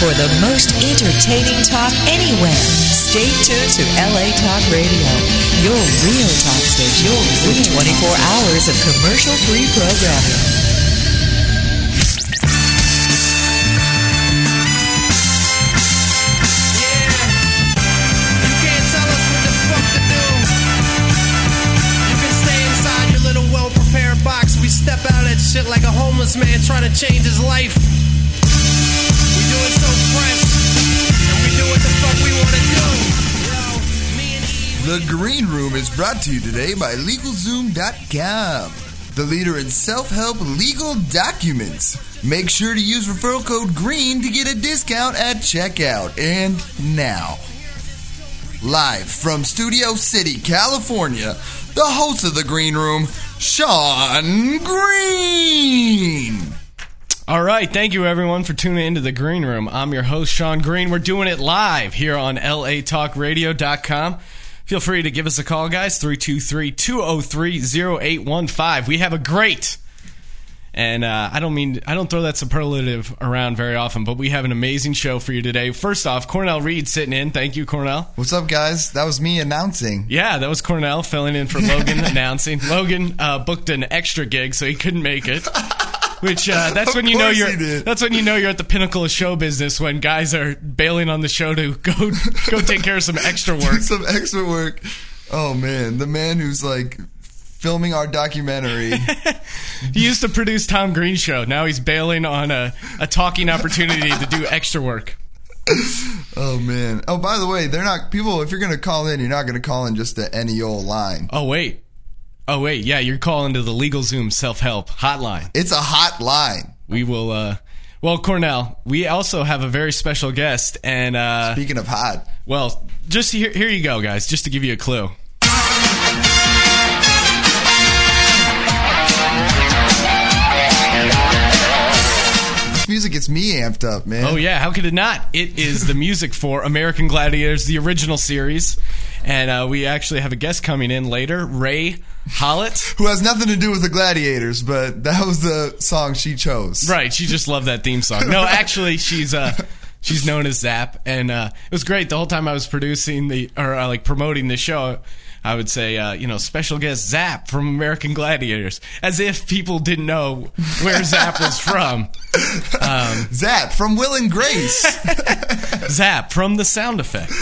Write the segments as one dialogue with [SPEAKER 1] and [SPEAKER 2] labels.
[SPEAKER 1] for the most entertaining talk anywhere. Stay tuned to LA Talk Radio, your real talk station with 24 hours of commercial-free programming.
[SPEAKER 2] You can't tell us what the fuck to do. You can stay inside your little well prepared box. We step out of that shit like a homeless man trying to change his life. We do it so fresh, and we do what the fuck we want to do.
[SPEAKER 3] The Green Room is brought to you today by LegalZoom.com, the leader in self help legal documents. Make sure to use referral code GREEN to get a discount at checkout. And now, live from Studio City, California, the host of The Green Room, Sean Green.
[SPEAKER 4] All right, thank you everyone for tuning into the Green Room. I'm your host Sean Green. We're doing it live here on latalkradio.com. Feel free to give us a call guys 323-203-0815. We have a great and uh, I don't mean I don't throw that superlative around very often, but we have an amazing show for you today. First off, Cornell Reed sitting in. Thank you, Cornell.
[SPEAKER 3] What's up, guys? That was me announcing.
[SPEAKER 4] Yeah, that was Cornell filling in for Logan announcing. Logan uh, booked an extra gig, so he couldn't make it. Which uh, that's
[SPEAKER 3] Of
[SPEAKER 4] when you know
[SPEAKER 3] course
[SPEAKER 4] you're
[SPEAKER 3] he did.
[SPEAKER 4] that's when you know you're at the pinnacle of show business when guys are bailing on the show to go go take care of some extra work.
[SPEAKER 3] Did some extra work. Oh, man. The man who's like filming our documentary.
[SPEAKER 4] He used to produce Tom Green's show. Now he's bailing on a, a talking opportunity to do extra work.
[SPEAKER 3] Oh man. Oh, by the way, they're not people. If you're gonna call in, you're not gonna call in just to any old line.
[SPEAKER 4] Oh wait, oh wait, yeah, you're calling to the Legal Zoom self help hotline.
[SPEAKER 3] It's a hot line.
[SPEAKER 4] We will. uh Well, Cornell, we also have a very special guest, and uh
[SPEAKER 3] Speaking of hot,
[SPEAKER 4] Well, just here, here you go, guys. Just to give you a clue.
[SPEAKER 3] this music gets me amped up, man.
[SPEAKER 4] Oh yeah, how could it not? It is the music for American Gladiators, the original series, and uh, we actually have a guest coming in later, Ray Hollett.
[SPEAKER 3] Who has nothing to do with the gladiators, but that was the song she chose.
[SPEAKER 4] Right, she just loved that theme song. No, actually, she's uh, she's known as Zap, and uh, it was great. The whole time I was producing the or uh, like promoting the show, I would say, uh, you know, special guest Zap from American Gladiators, as if people didn't know where Zap was from.
[SPEAKER 3] Zap from Will and Grace.
[SPEAKER 4] Zap from the sound effect.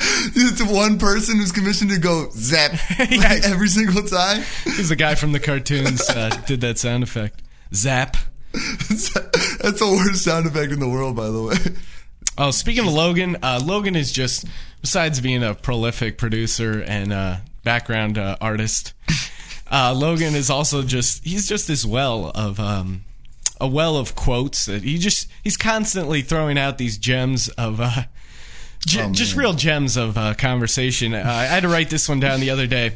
[SPEAKER 3] it's one person who's commissioned to go zap
[SPEAKER 4] Yeah.
[SPEAKER 3] every single time.
[SPEAKER 4] He's the guy from the cartoons uh, did that sound effect. Zap.
[SPEAKER 3] That's the worst sound effect in the world, by the way.
[SPEAKER 4] Oh, speaking of Logan, uh, Logan is just besides being a prolific producer and uh, background uh, artist, uh, Logan is also just he's just this well of um, a well of quotes that he just he's constantly throwing out these gems of. Uh, J-
[SPEAKER 3] Oh,
[SPEAKER 4] just
[SPEAKER 3] man.
[SPEAKER 4] real gems of uh, conversation. Uh, I had to write this one down the other day.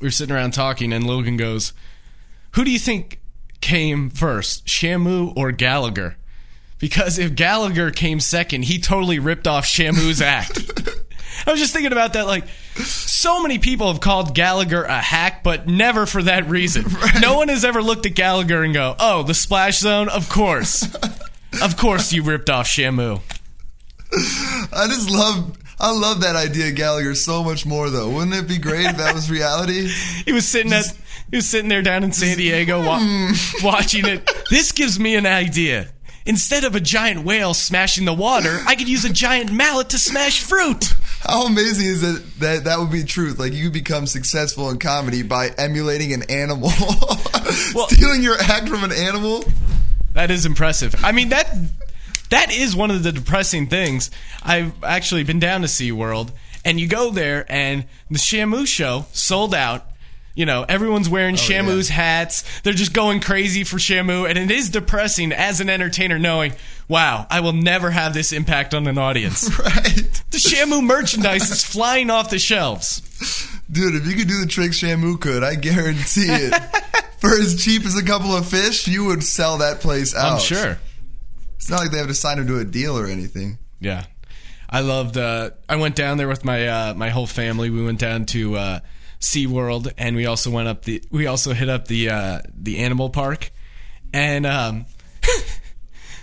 [SPEAKER 4] We were sitting around talking, and Logan goes, who do you think came first, Shamu or Gallagher? Because if Gallagher came second, he totally ripped off Shamu's act. I was just thinking about that. Like, so many people have called Gallagher a hack, but never for that reason. No one has ever looked at Gallagher and go, "Oh, the splash zone, of course, of course, you ripped off Shamu."
[SPEAKER 3] I just love. I love that idea, Gallagher, so much more though. Wouldn't it be great if that was reality?
[SPEAKER 4] He was sitting at, he was sitting there down in San Diego wa- watching it. This gives me an idea. Instead of a giant whale smashing the water, I could use a giant mallet to smash fruit.
[SPEAKER 3] How amazing is it that that would be truth? Like you become successful in comedy by emulating an animal, stealing your act from an animal.
[SPEAKER 4] That is impressive. I mean that that is one of the depressing things. I've actually been down to SeaWorld and you go there and the Shamu show sold out. You know, everyone's wearing Shamu's hats. They're just going crazy for Shamu and it is depressing as an entertainer knowing, wow, I will never have this impact on an audience.
[SPEAKER 3] Right,
[SPEAKER 4] the Shamu merchandise is flying off the shelves.
[SPEAKER 3] dude. If you could do the tricks Shamu could, I guarantee it. For as cheap as a couple of fish, you would sell that place out.
[SPEAKER 4] I'm sure.
[SPEAKER 3] It's not like they have to sign him to a deal or anything.
[SPEAKER 4] Yeah, I loved. Uh, I went down there with my uh, my whole family. We went down to uh, SeaWorld, and we also went up the. We also hit up the uh, the animal park, and um,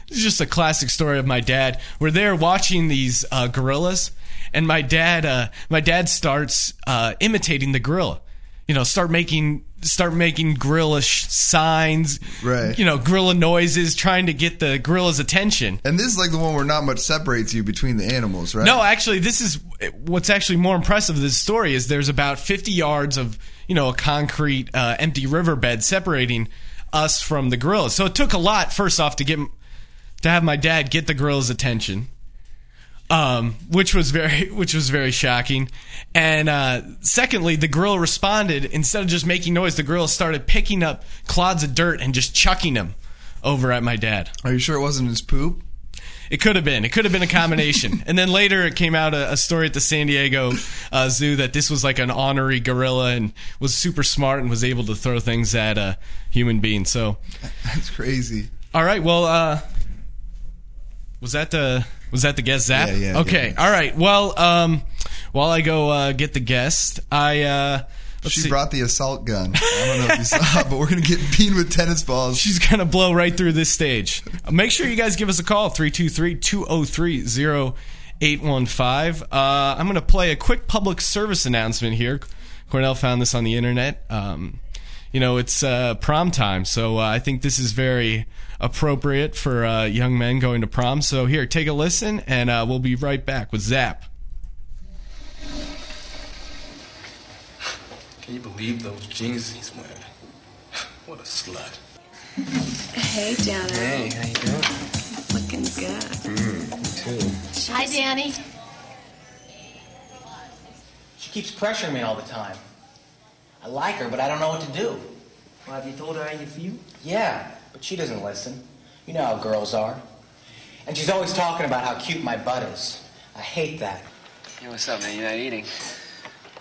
[SPEAKER 4] This is just a classic story of my dad. We're there watching these uh, gorillas, and my dad, uh, my dad starts uh, imitating the gorilla. You know, start making start making gorilla sh- signs,
[SPEAKER 3] Right.
[SPEAKER 4] You know, gorilla noises, trying to get the gorilla's attention.
[SPEAKER 3] And this is like the one where not much separates you between the animals, right?
[SPEAKER 4] No, actually, this is what's actually more impressive. of This story is there's about 50 yards of you know a concrete uh, empty riverbed separating us from the gorillas. So it took a lot first off to get m- to have my dad get the gorillas' attention, um, which was very which was very shocking. And uh, secondly, the gorilla responded instead of just making noise. The gorilla started picking up clods of dirt and just chucking them over at my dad.
[SPEAKER 3] Are you sure it wasn't his poop?
[SPEAKER 4] It could have been. It could have been a combination. and then later, it came out a, a story at the San Diego uh, Zoo that this was like an honorary gorilla and was super smart and was able to throw things at a human being. So,
[SPEAKER 3] That's crazy.
[SPEAKER 4] all right. Well, uh, was that the was that the guest zap?
[SPEAKER 3] Yeah, yeah,
[SPEAKER 4] okay.
[SPEAKER 3] yeah.
[SPEAKER 4] All right. Well, um, while I go uh, get the guest, I uh, let's
[SPEAKER 3] she
[SPEAKER 4] see.
[SPEAKER 3] brought the assault gun. I don't know if you saw, but we're gonna get beat with tennis balls.
[SPEAKER 4] She's going to blow right through this stage. Uh, Make sure you guys give us a call 323 203 0815. Uh, I'm going to play a quick public service announcement here. Cornell found this on the internet. Um, you know, it's uh, prom time, so uh, I think this is very appropriate for uh, young men going to prom. So, here, take a listen, and uh, we'll be right back with Zap.
[SPEAKER 5] Can you believe those jeans he's wearing? What a slut.
[SPEAKER 6] Hey, Donna.
[SPEAKER 5] how you doing?
[SPEAKER 6] Looking good.
[SPEAKER 5] Too.
[SPEAKER 7] Hi, Danny.
[SPEAKER 8] She keeps pressuring me all the time. I like her, but I don't know what to do.
[SPEAKER 9] Well, have you told her how you feel?
[SPEAKER 8] Yeah, but she doesn't listen. You know how girls are. And she's always talking about how cute my butt is. I hate that.
[SPEAKER 5] Hey, what's up, man? You not eating?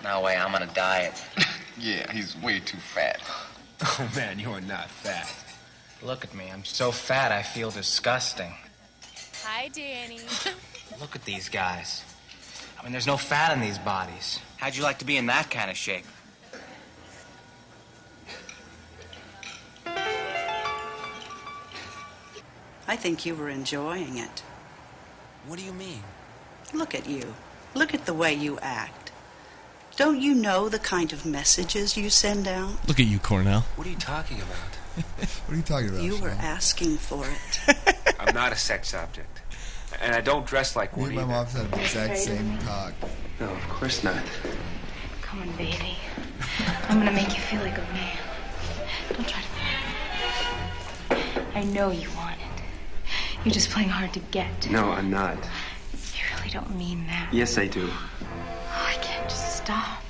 [SPEAKER 8] No way, I'm on a diet.
[SPEAKER 5] Yeah, he's way too fat. Oh, man, you are not fat.
[SPEAKER 8] Look at me, I'm so fat I feel disgusting.
[SPEAKER 7] Hi, Danny.
[SPEAKER 8] Look at these guys. I mean, there's no fat in these bodies. How'd you like to be in that kind of shape?
[SPEAKER 10] I think you were enjoying it.
[SPEAKER 8] What do you mean?
[SPEAKER 10] Look at you. Look at the way you act. Don't you know the kind of messages you send out?
[SPEAKER 4] Look at you, Cornell.
[SPEAKER 5] What are you talking about?
[SPEAKER 3] What are you talking about?
[SPEAKER 10] You were
[SPEAKER 3] Sean?
[SPEAKER 10] asking for it.
[SPEAKER 11] I'm not a sex object. And I don't dress like
[SPEAKER 3] Me
[SPEAKER 11] one
[SPEAKER 3] and my
[SPEAKER 11] either.
[SPEAKER 3] mom's had the exact same talk.
[SPEAKER 5] No, of course not.
[SPEAKER 7] Come on, baby. I'm gonna make you feel like a man. Don't try to fight. I know you want it. You're just playing hard to get.
[SPEAKER 11] No, I'm not.
[SPEAKER 7] You really don't mean that.
[SPEAKER 11] Yes, I do.
[SPEAKER 7] Oh, I can't just stop.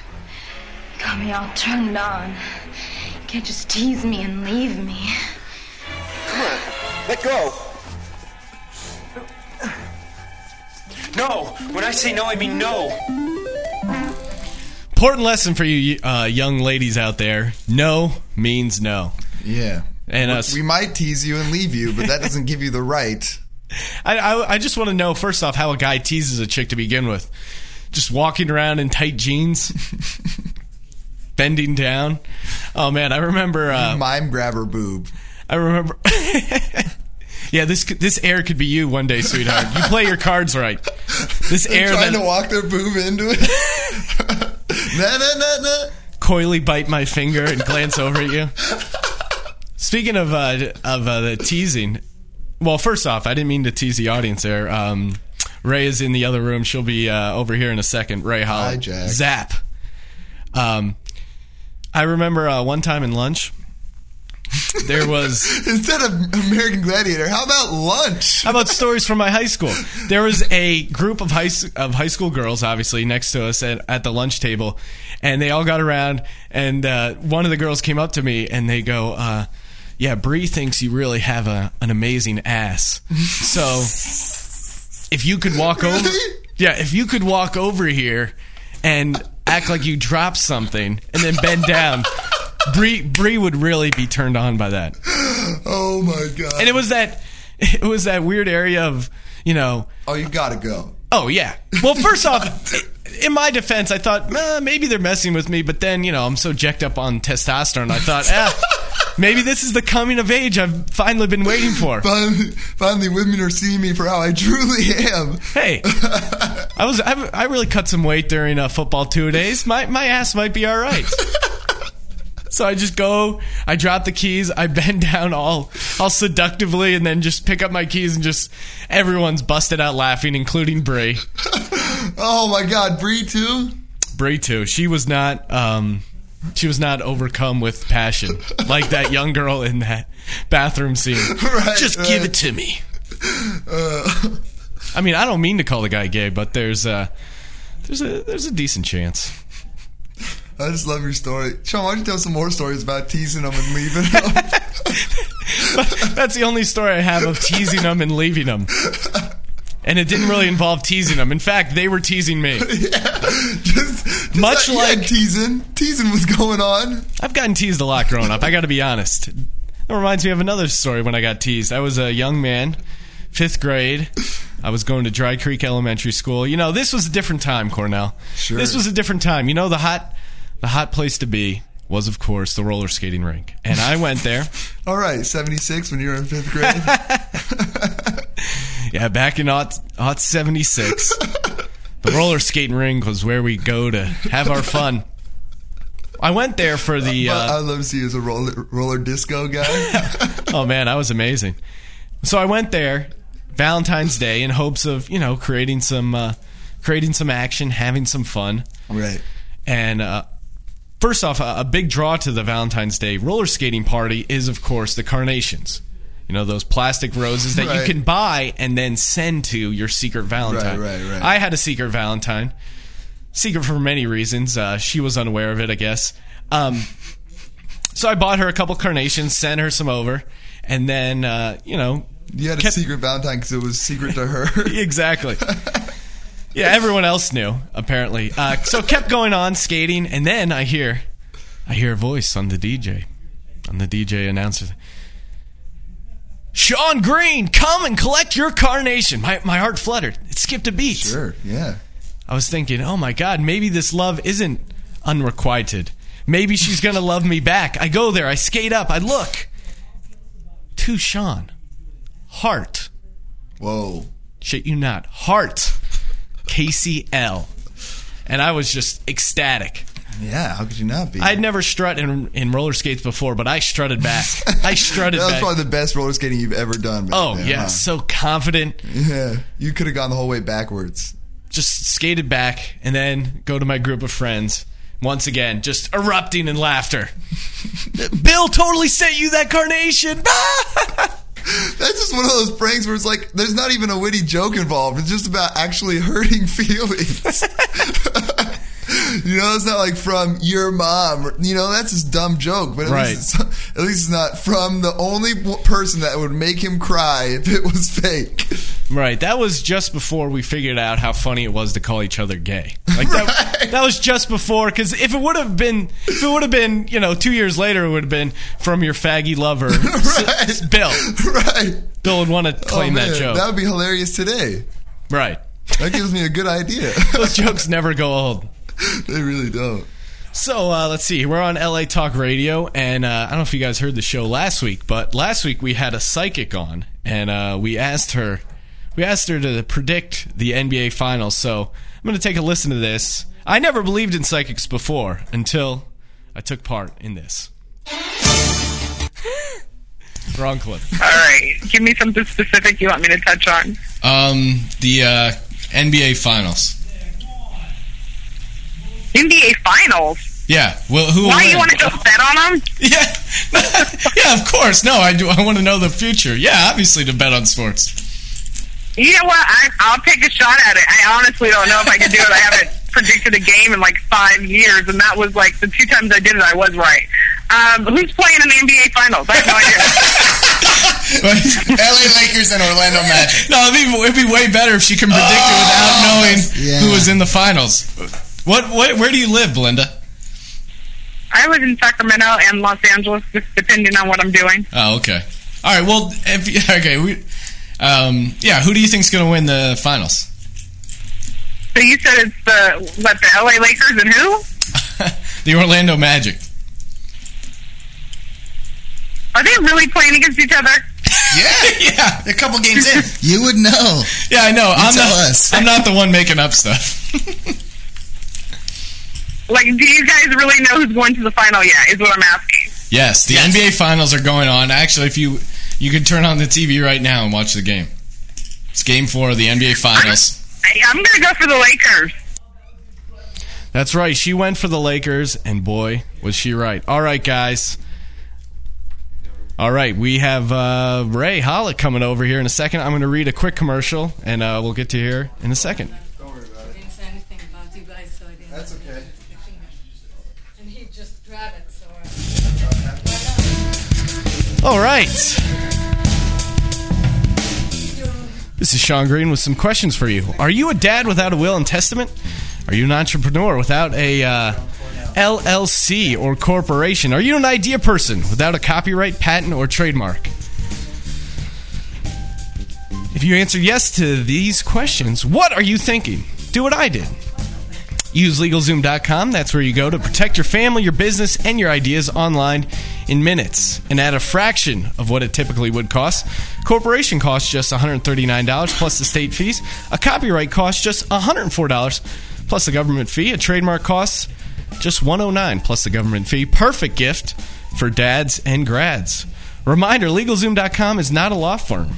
[SPEAKER 7] You got me all turned on. You can't just tease me and leave me.
[SPEAKER 5] Let go! No! When I say no, I mean no!
[SPEAKER 4] Important lesson for you uh, young ladies out there no means no.
[SPEAKER 3] Yeah.
[SPEAKER 4] And
[SPEAKER 3] we,
[SPEAKER 4] us.
[SPEAKER 3] we might tease you and leave you, but that doesn't give you the right.
[SPEAKER 4] I, I, I just want to know first off how a guy teases a chick to begin with. Just walking around in tight jeans, bending down. Oh man, I remember. Uh,
[SPEAKER 3] Mime grabber boob.
[SPEAKER 4] I remember. yeah, this could- this air could be you one day, sweetheart. You play your cards right. This air
[SPEAKER 3] They're trying to
[SPEAKER 4] that
[SPEAKER 3] walk their boob into it. na na na na.
[SPEAKER 4] coyly bite my finger and glance over at you. Speaking of uh, of uh, the teasing, well, first off, I didn't mean to tease the audience there. Um, Ray is in the other room. She'll be uh, over here in a second. Ray Holland.
[SPEAKER 3] Hi, Jack.
[SPEAKER 4] Zap. Um, I remember uh, one time in lunch, there was.
[SPEAKER 3] Instead of American Gladiator, how about lunch?
[SPEAKER 4] How about stories from my high school? There was a group of high of high school girls, obviously, next to us at, at the lunch table, and they all got around. And uh, one of the girls came up to me, and they go, uh, "Yeah, Bree thinks you really have a, an amazing ass. So if you could walk over,
[SPEAKER 3] Really?
[SPEAKER 4] yeah, if you could walk over here and act like you dropped something, and then bend down." Bree Bree would really be turned on by that
[SPEAKER 3] Oh my god.
[SPEAKER 4] and it was that it was that weird area of you know
[SPEAKER 3] oh, you gotta go.
[SPEAKER 4] oh yeah well first off in my defense i thought "Nah, maybe they're messing with me but then you know i'm so jacked up on testosterone i thought ah, Maybe this is the coming of age I've finally been waiting for.
[SPEAKER 3] Finally, finally women are seeing me for how I truly am.
[SPEAKER 4] Hey, I was I, I really cut some weight during uh, football two days. My my ass might be all right. So I just go, I drop the keys, I bend down all all seductively, and then just pick up my keys and just everyone's busted out laughing, including Bree.
[SPEAKER 3] oh my God, Bree too.
[SPEAKER 4] Bree too. She was not um, she was not overcome with passion like that young girl in that bathroom scene.
[SPEAKER 3] Right,
[SPEAKER 4] just give
[SPEAKER 3] right.
[SPEAKER 4] it to me.
[SPEAKER 3] Uh,
[SPEAKER 4] I mean, I don't mean to call the guy gay, but there's a there's a there's a decent chance.
[SPEAKER 3] I just love your story, Sean. Why don't you tell some more stories about teasing them and leaving them?
[SPEAKER 4] That's the only story I have of teasing them and leaving them. And it didn't really involve teasing them. In fact, they were teasing me. Much
[SPEAKER 3] You had
[SPEAKER 4] like
[SPEAKER 3] teasing, teasing was going on.
[SPEAKER 4] I've gotten teased a lot growing up. I got to be honest. That reminds me of another story when I got teased. I was a young man, fifth grade. I was going to Dry Creek Elementary School. You know, this was a different time, Cornell.
[SPEAKER 3] Sure.
[SPEAKER 4] This was a different time. You know, the hot, the hot place to be was, of course, the roller skating rink. And I went there.
[SPEAKER 3] All right, seventy six when you were in fifth grade.
[SPEAKER 4] Yeah, back in aught, aught 76, the roller skating rink was where we go to have our fun. I went there for the.
[SPEAKER 3] But
[SPEAKER 4] Uh,
[SPEAKER 3] I love to see you as a roller, roller disco guy.
[SPEAKER 4] oh man, I was amazing. So I went there Valentine's Day in hopes of you know creating some uh, creating some action, having some fun,
[SPEAKER 3] right.
[SPEAKER 4] and uh, first off, a, a big draw to the Valentine's Day roller skating party is of course the carnations. You know those plastic roses that
[SPEAKER 3] Right.
[SPEAKER 4] you can buy and then send to your secret Valentine.
[SPEAKER 3] Right, right, right.
[SPEAKER 4] I had a secret Valentine, secret for many reasons. Uh, she was unaware of it, I guess. Um, so I bought her a couple carnations, sent her some over, and then uh, you know
[SPEAKER 3] You had a
[SPEAKER 4] Kept-
[SPEAKER 3] secret Valentine because it was secret to her.
[SPEAKER 4] exactly. Yeah, everyone else knew apparently. Uh, so kept going on skating, and then I hear, I hear a voice on the DJ, on the DJ announcer. Sean Green, come and collect your carnation. My my heart fluttered. It skipped a beat.
[SPEAKER 3] Sure. Yeah.
[SPEAKER 4] I was thinking, oh my God, maybe this love isn't unrequited. Maybe she's going to love me back. I go there, I skate up, I look. To Sean. Heart.
[SPEAKER 3] Whoa.
[SPEAKER 4] Shit you not. Heart. KCL. And I was just ecstatic.
[SPEAKER 3] Yeah. How could you not be?
[SPEAKER 4] I'd never strut in, in roller skates before, but I strutted back. I strutted
[SPEAKER 3] That was
[SPEAKER 4] back.
[SPEAKER 3] probably the best roller skating you've ever done. back
[SPEAKER 4] oh,
[SPEAKER 3] then,
[SPEAKER 4] yeah.
[SPEAKER 3] huh?
[SPEAKER 4] So confident.
[SPEAKER 3] Yeah. You could have gone the whole way backwards.
[SPEAKER 4] just skated back and then go to my group of friends once again just erupting in laughter bill totally sent you that carnation
[SPEAKER 3] That's just one of those pranks where it's like there's not even a witty joke involved. It's just about actually hurting feelings. you know, it's not like from your mom. or- You know, that's just dumb joke. But at,
[SPEAKER 4] Right.
[SPEAKER 3] least it's, at least it's not from the only w- person that would make him cry if it was fake.
[SPEAKER 4] right that was just before we figured out how funny it was to call each other gay like that,
[SPEAKER 3] Right.
[SPEAKER 4] that was just before because if it would have been if it would have been you know two years later it would have been from your faggy lover S-
[SPEAKER 3] Right.
[SPEAKER 4] bill
[SPEAKER 3] right.
[SPEAKER 4] bill would want to claim
[SPEAKER 3] Oh, man,
[SPEAKER 4] that joke
[SPEAKER 3] That would be hilarious today.
[SPEAKER 4] right
[SPEAKER 3] That gives me a good idea.
[SPEAKER 4] those jokes never go old
[SPEAKER 3] they really don't.
[SPEAKER 4] So uh, let's see. We're on LA Talk Radio, and uh, I don't know if you guys heard the show last week, but last week we had a psychic on, and uh, we asked her, we asked her to predict the NBA Finals. So I'm going to take a listen to this. I never believed in psychics before until I took part in this. Wrong clip.
[SPEAKER 12] All right. Give me something specific you want me to touch on.
[SPEAKER 4] Um, the uh, NBA Finals.
[SPEAKER 12] NBA Finals.
[SPEAKER 4] Yeah. Well,
[SPEAKER 11] Oh
[SPEAKER 4] who?
[SPEAKER 12] Why you want to go bet on them?
[SPEAKER 4] Yeah, yeah, of course. No, I do. I want to know the future. Yeah, obviously to bet on sports.
[SPEAKER 12] You know what? I, I'll take a shot at it. I honestly don't know if I can do it. I haven't predicted a game in like five years, and that was like the two times I did it, I was right. Um, who's playing in the NBA Finals? I have no idea.
[SPEAKER 13] LA Lakers and Orlando Magic. Oh,
[SPEAKER 4] No, it'd be, it'd be way better if she can predict it without knowing
[SPEAKER 13] yeah.
[SPEAKER 4] who was in the finals. What, what? Where do you live, Belinda?
[SPEAKER 12] I live in Sacramento and Los Angeles, just depending on what I'm doing.
[SPEAKER 4] Oh, okay. All right. Well, if you- okay. We, um, yeah. Who do you think's going to win the finals?
[SPEAKER 12] So you said it's the what the LA Lakers and who?
[SPEAKER 4] the Orlando Magic.
[SPEAKER 12] Are they really playing against each other?
[SPEAKER 13] Yeah, yeah. A couple games in.
[SPEAKER 14] You would know.
[SPEAKER 4] Yeah, I know. I'm
[SPEAKER 14] tell
[SPEAKER 4] not.
[SPEAKER 14] us.
[SPEAKER 4] I'm not the one making up stuff.
[SPEAKER 12] Like, do you guys really know who's going to the final yet? Is what I'm asking.
[SPEAKER 4] Yes, the NBA finals are going on. Actually, if you you could turn on the TV right now and watch the game. It's game four of the NBA finals.
[SPEAKER 12] I, I'm gonna go for the Lakers.
[SPEAKER 4] That's right. She went for the Lakers, and boy, was she right. All right, guys. All right, we have uh, Ray Hollett coming over here in a second. I'm going to read a quick commercial, and uh, we'll get to here in a second.
[SPEAKER 15] I didn't say anything about you guys, so I didn't. That's okay. And he just grabbed it, so
[SPEAKER 4] All right. This is Sean Green with some questions for you. Are you a dad without a will and testament? Are you an entrepreneur without a uh, LLC or corporation? Are you an idea person without a copyright, patent, or trademark? If you answer yes to these questions, what are you thinking? Do what I did. Use LegalZoom.com. That's where you go to protect your family, your business, and your ideas online in minutes and at a fraction of what it typically would cost. Corporation costs just $139 plus the state fees. A copyright costs just $104 plus the government fee. A trademark costs just $109 plus the government fee. Perfect gift for dads and grads. Reminder LegalZoom.com is not a law firm.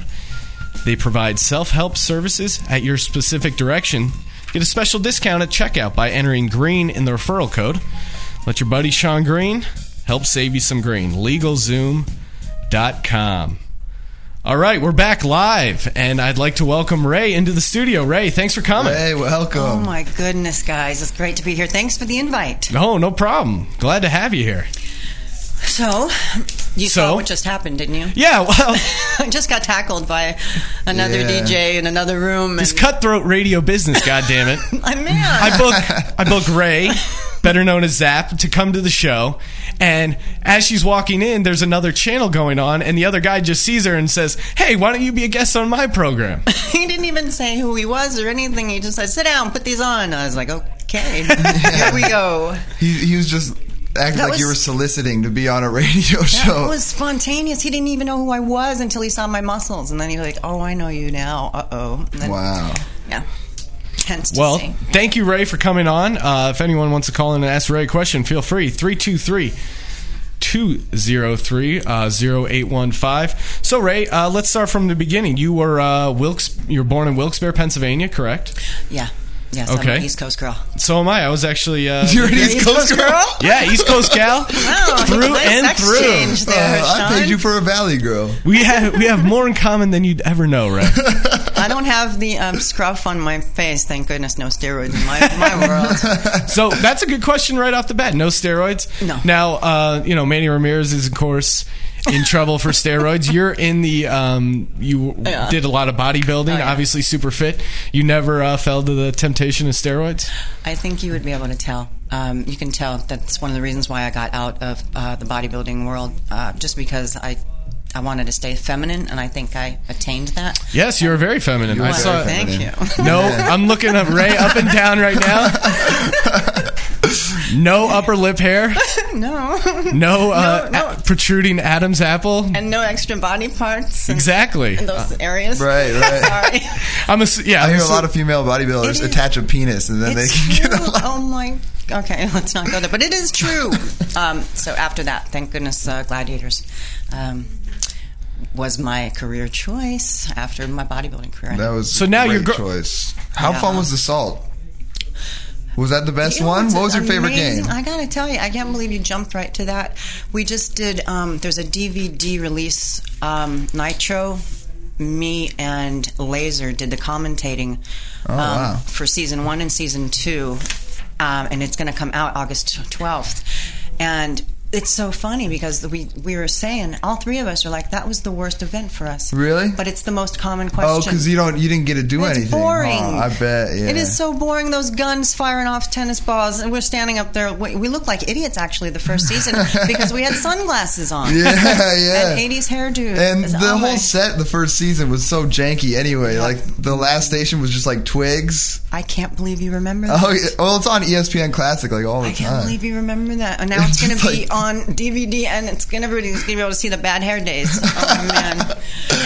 [SPEAKER 4] They provide self help services at your specific direction. Get a special discount at checkout by entering green in the referral code. Let your buddy Sean Green help save you some green. LegalZoom.com. All right, we're back live, and I'd like to welcome Ray into the studio. Ray, thanks for coming. Hey,
[SPEAKER 14] Oh
[SPEAKER 4] welcome.
[SPEAKER 16] my goodness, guys. It's great to be here. Thanks for the invite.
[SPEAKER 4] No, Oh, no problem. Glad to have you here.
[SPEAKER 16] So, you saw what just happened, didn't you?
[SPEAKER 4] Yeah, well.
[SPEAKER 16] I just got tackled by another
[SPEAKER 4] Yeah.
[SPEAKER 16] DJ in another room. And
[SPEAKER 4] This cutthroat radio business, goddammit.
[SPEAKER 16] I'm in.
[SPEAKER 4] I book I book Ray, better known as Zap, to come to the show. And as she's walking in, there's another channel going on, and the other guy just sees her and says, "Hey, why don't you be a guest on my program?"
[SPEAKER 16] he didn't even say who he was or anything. He just said, sit down, put these on. I was like, okay, here we go.
[SPEAKER 3] He, he was just acting
[SPEAKER 16] That
[SPEAKER 3] like you were
[SPEAKER 16] was-
[SPEAKER 3] soliciting to be on a radio
[SPEAKER 16] That
[SPEAKER 3] show.
[SPEAKER 16] was spontaneous. He didn't even know who I was until he saw my muscles. And then he was like, oh, I know you now. Uh oh.
[SPEAKER 3] Wow.
[SPEAKER 16] Yeah. Hence to
[SPEAKER 4] Well,
[SPEAKER 16] see.
[SPEAKER 4] thank you, Ray, for coming on. Uh, if anyone wants to call in and ask Ray a question, feel free. 323 203 0815. So, Ray, uh, let's start from the beginning. You were uh, Wilkes, you were born in Wilkes-Barre, Pennsylvania, correct?
[SPEAKER 16] Yeah. Yes,
[SPEAKER 4] Okay.
[SPEAKER 16] I'm an East Coast girl.
[SPEAKER 4] So am I. I was actually. Uh,
[SPEAKER 16] You're an You're an East East Coast Coast girl? girl?
[SPEAKER 4] Yeah, East Coast gal.
[SPEAKER 16] Wow,
[SPEAKER 4] through
[SPEAKER 16] nice
[SPEAKER 4] and
[SPEAKER 16] sex change
[SPEAKER 4] through.
[SPEAKER 16] there,
[SPEAKER 3] Oh,
[SPEAKER 16] Uh, I Sean. paid you
[SPEAKER 4] for a valley girl. We have we have more in common than you'd ever know, Ray.
[SPEAKER 16] I don't have the um, scruff on my face. Thank goodness, no steroids in my, my world.
[SPEAKER 4] so that's a good question right off the bat. No steroids. No. Now, uh, you know, Manny Ramirez is of course in trouble for steroids. You're in the um, you
[SPEAKER 16] Yeah. Oh,
[SPEAKER 4] did a lot of bodybuilding, obviously super fit. You never uh, fell to the temptation of steroids.
[SPEAKER 16] I think you would be able to tell. Um, you can tell that's one of the reasons why I got out of uh, the bodybuilding world, uh, just because I I wanted to stay feminine, and I think I attained that.
[SPEAKER 4] Yes, you're very feminine.
[SPEAKER 16] You
[SPEAKER 4] I
[SPEAKER 16] are
[SPEAKER 4] saw.
[SPEAKER 16] very feminine. Thank you.
[SPEAKER 4] No, I'm looking at Ray up and down right now. No upper lip hair.
[SPEAKER 16] no.
[SPEAKER 4] No, uh, a- protruding Adam's apple.
[SPEAKER 16] And no extra body parts. And,
[SPEAKER 4] Exactly.
[SPEAKER 16] In those areas.
[SPEAKER 3] Uh, Right, right.
[SPEAKER 16] Sorry.
[SPEAKER 4] I'm a, yeah.
[SPEAKER 3] I hear a
[SPEAKER 16] so-
[SPEAKER 3] lot of female bodybuilders attach a penis and then they can
[SPEAKER 16] True. Oh my. Okay, let's not go there. But it is true. Um, so after that, thank goodness, uh, Gladiators um, was my career choice after my bodybuilding career.
[SPEAKER 3] That was
[SPEAKER 4] So now
[SPEAKER 3] great
[SPEAKER 4] you're gro-
[SPEAKER 3] choice. How
[SPEAKER 16] Yeah.
[SPEAKER 3] fun was the salt? Was that the best
[SPEAKER 16] It
[SPEAKER 3] one? What was your favorite
[SPEAKER 16] amazing.
[SPEAKER 3] game?
[SPEAKER 16] I gotta tell you, I can't believe you jumped right to that. We just did. Um, there's a DVD release. Um, Nitro, me and Laser did the commentating
[SPEAKER 3] Oh,
[SPEAKER 16] um,
[SPEAKER 3] wow.
[SPEAKER 16] for season one and season two, um, and it's going to come out August 12th. And it's so funny because we we were saying all three of us are like that was the worst event for us.
[SPEAKER 3] Really?
[SPEAKER 16] But it's the most common question.
[SPEAKER 3] Oh, because you don't you didn't get to do
[SPEAKER 16] It's
[SPEAKER 3] anything.
[SPEAKER 16] boring.
[SPEAKER 3] Oh, I bet. Yeah.
[SPEAKER 16] It is so boring. Those guns firing off tennis balls, and we're standing up there. We, we look like idiots actually the first season because we had sunglasses on.
[SPEAKER 3] Yeah, yeah.
[SPEAKER 16] And 80s hairdos.
[SPEAKER 3] And
[SPEAKER 16] It's-
[SPEAKER 3] the
[SPEAKER 16] oh my-
[SPEAKER 3] whole set, the first season was so janky. Anyway, like the last station was just like twigs.
[SPEAKER 16] I can't believe you remember that.
[SPEAKER 3] Oh, yeah. well, it's on ESPN Classic like all the
[SPEAKER 16] I can't
[SPEAKER 3] time.
[SPEAKER 16] believe you remember that. And now it's going to be
[SPEAKER 3] Like,
[SPEAKER 16] on DVD, and it's gonna everybody's gonna be able to see the bad hair days. Oh man!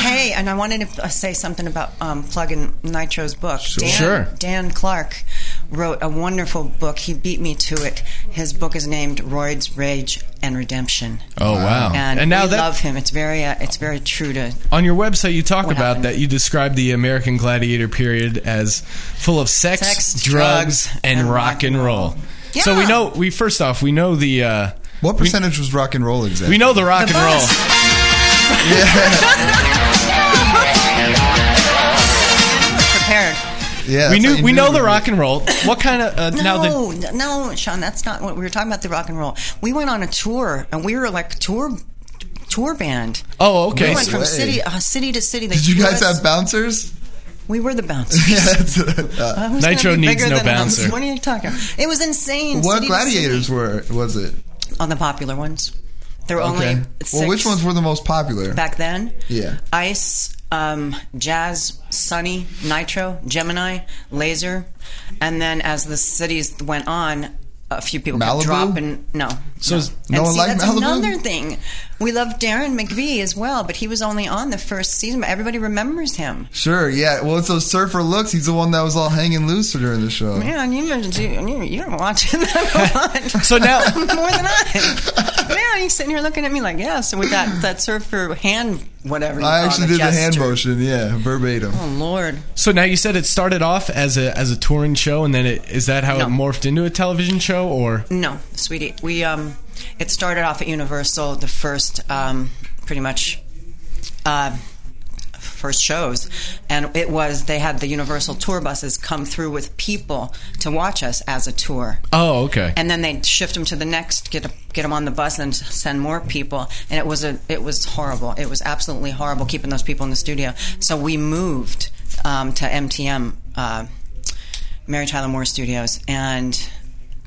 [SPEAKER 16] hey, and I wanted to uh, say something about um, plugging Nitro's book. Dan,
[SPEAKER 4] Sure.
[SPEAKER 16] Dan Clark wrote a wonderful book. He beat me to it. His book is named Roids, Rage, and Redemption.
[SPEAKER 4] Oh, wow.
[SPEAKER 16] And,
[SPEAKER 4] And now
[SPEAKER 16] we
[SPEAKER 4] that-
[SPEAKER 16] love him. It's very uh, it's very true to
[SPEAKER 4] On your website, you talk about that. You describe the American Gladiator period as full of sex,
[SPEAKER 16] Sex,
[SPEAKER 4] drugs,
[SPEAKER 16] drugs,
[SPEAKER 4] and, rock and roll. So we know we first off we know the uh,
[SPEAKER 3] what percentage was rock and roll exactly?
[SPEAKER 4] We know the rock
[SPEAKER 3] The
[SPEAKER 4] and
[SPEAKER 3] bus.
[SPEAKER 4] roll.
[SPEAKER 16] prepared.
[SPEAKER 3] Yeah,
[SPEAKER 4] we
[SPEAKER 3] that's
[SPEAKER 4] knew
[SPEAKER 3] how you
[SPEAKER 4] we
[SPEAKER 3] knew
[SPEAKER 4] know
[SPEAKER 3] it
[SPEAKER 4] the
[SPEAKER 3] was-
[SPEAKER 4] rock and roll. What kind of uh, now the
[SPEAKER 16] no, n- no, Sean, that's not what we were talking about. The rock and roll. We went on a tour, and we were like tour tour band.
[SPEAKER 4] Oh, okay.
[SPEAKER 16] We went
[SPEAKER 4] No
[SPEAKER 16] from
[SPEAKER 4] way.
[SPEAKER 16] city uh, city to city. They
[SPEAKER 3] Did you
[SPEAKER 16] flew
[SPEAKER 3] guys
[SPEAKER 16] us-
[SPEAKER 3] have bouncers?
[SPEAKER 16] We were the bouncers.
[SPEAKER 3] yeah, that's what I thought.
[SPEAKER 16] I was gonna be bigger than them. What are you talking? about? It was insane.
[SPEAKER 3] What
[SPEAKER 16] city to
[SPEAKER 3] gladiators were was it?
[SPEAKER 16] city. on the popular ones? There were
[SPEAKER 3] okay.
[SPEAKER 16] only
[SPEAKER 3] well,
[SPEAKER 16] six
[SPEAKER 3] which ones were the most popular?
[SPEAKER 16] back then.
[SPEAKER 3] yeah.
[SPEAKER 16] Ice, um, Jazz, Sunny, Nitro, Gemini, Laser, and then as the cities went on, a few people
[SPEAKER 3] Malibu?
[SPEAKER 16] kept dropping. No,
[SPEAKER 3] So
[SPEAKER 16] no.
[SPEAKER 3] is- no
[SPEAKER 16] And
[SPEAKER 3] one
[SPEAKER 16] see,
[SPEAKER 3] liked
[SPEAKER 16] that's
[SPEAKER 3] Malibu?
[SPEAKER 16] another thing. We love Darren McVee as well, but he was only on the first season. But everybody remembers him.
[SPEAKER 3] Sure, yeah. Well, it's those surfer looks. He's the one that was all hanging loose during the show.
[SPEAKER 16] Man, you you you're watching that a lot.
[SPEAKER 4] So now-
[SPEAKER 16] more than I. Man, he's sitting here looking at me like, yeah. So we got that surfer hand, whatever. you
[SPEAKER 3] I
[SPEAKER 16] call
[SPEAKER 3] actually
[SPEAKER 16] the
[SPEAKER 3] did the hand
[SPEAKER 16] gesture.
[SPEAKER 3] motion, yeah, verbatim.
[SPEAKER 16] Oh Lord.
[SPEAKER 4] So now you said it started off as a as a touring show, and then it is that how it morphed into a television show, or
[SPEAKER 16] No, sweetie. We um, it started off at Universal. The first um, pretty much. Uh, First shows, and it was they had the Universal tour buses come through with people to watch us as a tour.
[SPEAKER 4] oh okay,
[SPEAKER 16] and then they'd shift them to the next, get get them on the bus, and send more people. And it was a it was horrible. It was absolutely horrible keeping those people in the studio. So we moved um, to MTM, uh, Mary Tyler Moore Studios, and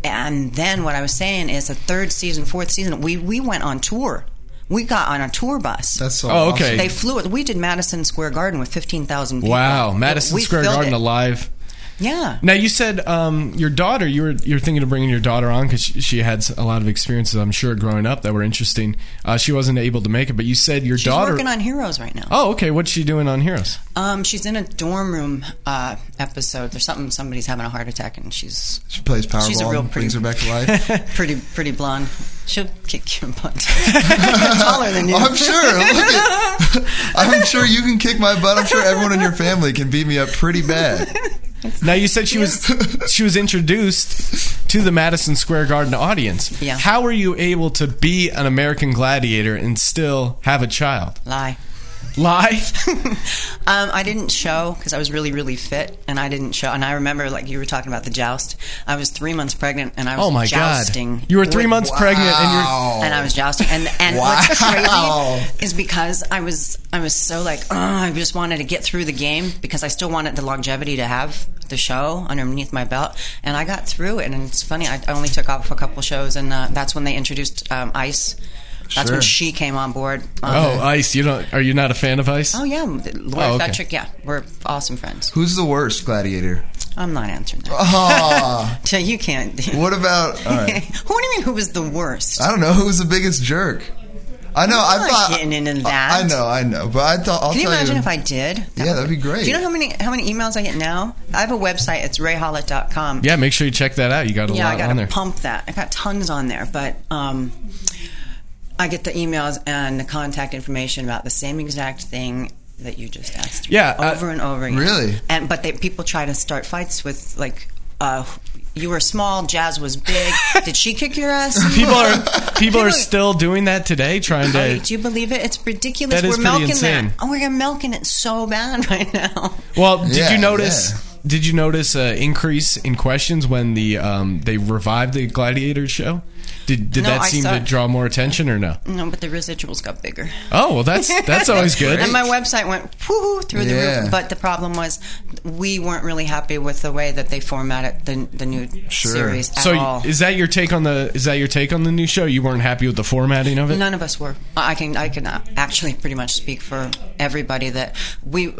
[SPEAKER 16] and then what I was saying is the third season, fourth season, we we went on tour. We got on a tour bus.
[SPEAKER 3] That's so
[SPEAKER 4] Oh, okay. awesome.
[SPEAKER 16] They flew it. We did Madison Square Garden with fifteen thousand people.
[SPEAKER 4] wow, Madison
[SPEAKER 16] We
[SPEAKER 4] Square
[SPEAKER 16] filled
[SPEAKER 4] Garden
[SPEAKER 16] it.
[SPEAKER 4] alive.
[SPEAKER 16] Yeah.
[SPEAKER 4] Now you said um, your daughter, you were you're thinking of bringing your daughter on because she, she had a lot of experiences, I'm sure, growing up that were interesting. Uh, she wasn't able to make it, but you said your
[SPEAKER 16] She's
[SPEAKER 4] daughter.
[SPEAKER 16] working on Heroes right now.
[SPEAKER 4] oh, okay. What's she doing on Heroes?
[SPEAKER 16] Um, she's in a dorm room uh, episode. There's something. Somebody's having a heart attack, and she's
[SPEAKER 3] She plays Powerball.
[SPEAKER 16] She's a real
[SPEAKER 3] and
[SPEAKER 16] pretty,
[SPEAKER 3] brings her back to life.
[SPEAKER 16] pretty, pretty blonde. She'll kick your butt. Taller than you.
[SPEAKER 3] I'm sure. Look at, I'm sure you can kick my butt. I'm sure everyone in your family can beat me up pretty bad.
[SPEAKER 4] Now you said she was she was introduced to the Madison Square Garden audience.
[SPEAKER 16] Yeah.
[SPEAKER 4] How were you able to be an American gladiator and still have a child?
[SPEAKER 16] Lie.
[SPEAKER 4] Lie.
[SPEAKER 16] Um, I didn't show because I was really, really fit, and I didn't show. And I remember, like you were talking about the joust. I was three months pregnant, and I was
[SPEAKER 4] Oh my
[SPEAKER 16] jousting.
[SPEAKER 4] god! You were three
[SPEAKER 16] with-
[SPEAKER 4] months pregnant, and you're
[SPEAKER 16] and I was jousting. And and what's
[SPEAKER 3] Wow.
[SPEAKER 16] crazy is because I was I was so like oh, I just wanted to get through the game because I still wanted the longevity to have the show underneath my belt, and I got through it. And it's funny, I I only took off a couple shows, and uh, that's when they introduced um, Ice. That's
[SPEAKER 4] Sure.
[SPEAKER 16] when she came on board. Um,
[SPEAKER 4] Oh, Ice! You don't? Are you not a fan of Ice?
[SPEAKER 16] Oh yeah, Laura
[SPEAKER 4] Oh, okay.
[SPEAKER 16] Fettrick. Yeah, we're awesome friends.
[SPEAKER 3] Who's the worst gladiator?
[SPEAKER 16] I'm not answering that.
[SPEAKER 3] Ah.
[SPEAKER 16] so you can't.
[SPEAKER 3] What about? All right.
[SPEAKER 16] who do you mean? Who was the worst?
[SPEAKER 3] I don't know who was the biggest jerk. I know.
[SPEAKER 16] I'm
[SPEAKER 3] I
[SPEAKER 16] not
[SPEAKER 3] thought.
[SPEAKER 16] getting into that.
[SPEAKER 3] I know. I know. But I thought. I'll
[SPEAKER 16] Can you
[SPEAKER 3] tell
[SPEAKER 16] imagine if I did?
[SPEAKER 3] yeah, that'd be great.
[SPEAKER 16] Do you know how many how many emails I get now? I have a website. It's rayhollett.com.
[SPEAKER 4] Yeah, make sure you check that out. You got a
[SPEAKER 16] yeah,
[SPEAKER 4] lot
[SPEAKER 16] I gotta
[SPEAKER 4] on there.
[SPEAKER 16] pump that. I got tons on there, but um, I get the emails and the contact information about the same exact thing that you just asked. me,
[SPEAKER 4] Yeah, uh,
[SPEAKER 16] over and over again.
[SPEAKER 3] Really?
[SPEAKER 16] And but they, people try to start fights with like, uh, you were small, Jazz was big. Did she kick your ass?
[SPEAKER 4] People are people are still doing that today, trying
[SPEAKER 16] Hey,
[SPEAKER 4] to
[SPEAKER 16] do Oh, you believe it? It's ridiculous.
[SPEAKER 4] That is
[SPEAKER 16] we're
[SPEAKER 4] pretty
[SPEAKER 16] milking
[SPEAKER 4] insane.
[SPEAKER 16] that. Oh, we're milking it so bad right now.
[SPEAKER 4] Well, did
[SPEAKER 3] Yeah,
[SPEAKER 4] you notice? Did you notice an increase in questions when the um, they revived the Gladiator show? Did did
[SPEAKER 16] No,
[SPEAKER 4] that
[SPEAKER 16] I
[SPEAKER 4] seem
[SPEAKER 16] saw
[SPEAKER 4] to
[SPEAKER 16] it.
[SPEAKER 4] draw more attention or no?
[SPEAKER 16] No, but the residuals got bigger.
[SPEAKER 4] Oh well, that's that's always good.
[SPEAKER 16] and my website went whoo through
[SPEAKER 3] Yeah.
[SPEAKER 16] the roof. But the problem was we weren't really happy with the way that they formatted the the new
[SPEAKER 3] Sure.
[SPEAKER 16] series at
[SPEAKER 4] so
[SPEAKER 16] all.
[SPEAKER 4] is that your take on the is that your take on the new show? You weren't happy with the formatting of it?
[SPEAKER 16] None of us were. I I can I can uh, actually pretty much speak for everybody that we.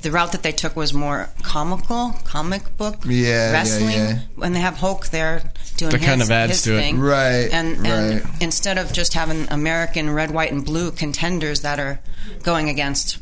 [SPEAKER 16] The route that they took was more comical, comic book,
[SPEAKER 3] Yeah, yeah,
[SPEAKER 16] wrestling.
[SPEAKER 3] yeah.
[SPEAKER 16] When they have Hulk there, doing
[SPEAKER 4] That
[SPEAKER 16] his,
[SPEAKER 4] kind of adds
[SPEAKER 16] his
[SPEAKER 4] to it.
[SPEAKER 16] thing.
[SPEAKER 4] Right,
[SPEAKER 16] And, and
[SPEAKER 4] right.
[SPEAKER 16] instead of just having American red, white, and blue contenders that are going against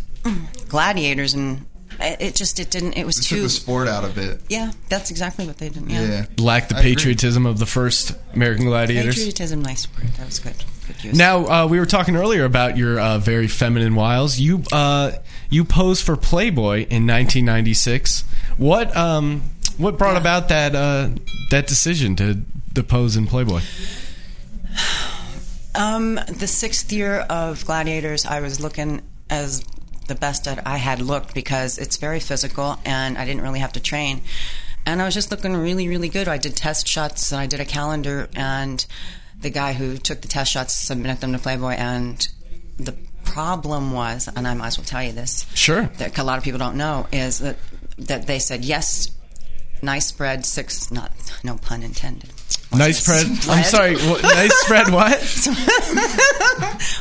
[SPEAKER 16] gladiators, and it, it just it didn't. It was
[SPEAKER 3] Just took
[SPEAKER 16] too.
[SPEAKER 3] the sport out of it.
[SPEAKER 16] Yeah, that's exactly what they did. Yeah.
[SPEAKER 3] Yeah.
[SPEAKER 4] Lack the
[SPEAKER 3] I agree.
[SPEAKER 4] patriotism of the first American Gladiators.
[SPEAKER 16] Patriotism, nice word. That was good. Good use.
[SPEAKER 4] Now uh, we were talking earlier about your uh, very feminine wiles. You uh, you posed for Playboy in 1996. What um, what brought about that uh, that decision to to pose in Playboy?
[SPEAKER 16] Um, the sixth year of Gladiators, I was looking as the best that I had looked because it's very physical and I didn't really have to train. And I was just looking really, really good. I did test shots and I did a calendar, and the guy who took the test shots submitted them to Playboy. And the problem was, and I might as well tell you this,
[SPEAKER 4] Sure.
[SPEAKER 16] that a lot of people don't know is that that they said yes, nice spread, six, not no pun intended.
[SPEAKER 4] Nice spread. I'm
[SPEAKER 16] Spread.
[SPEAKER 4] sorry. What, nice spread. What?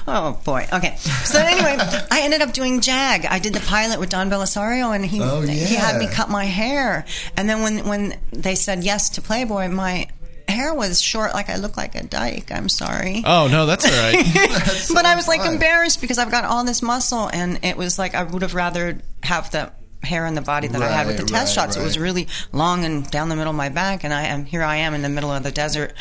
[SPEAKER 16] oh boy. Okay. So anyway, I ended up doing JAG. I did the pilot with Don Belisario, and he
[SPEAKER 14] Oh,
[SPEAKER 16] he had me
[SPEAKER 14] yeah.
[SPEAKER 16] cut my hair. And then when when they said yes to Playboy, my hair was short, like I look like a dyke. I'm sorry.
[SPEAKER 4] Oh no, that's all right.
[SPEAKER 16] but I was like embarrassed because I've got all this muscle, and it was like I would have rather have the hair and the body that I had with the
[SPEAKER 14] Right,
[SPEAKER 16] test
[SPEAKER 14] right,
[SPEAKER 16] shots. It was
[SPEAKER 14] right.
[SPEAKER 16] really long and down the middle of my back, and I am here. I am in the middle of the desert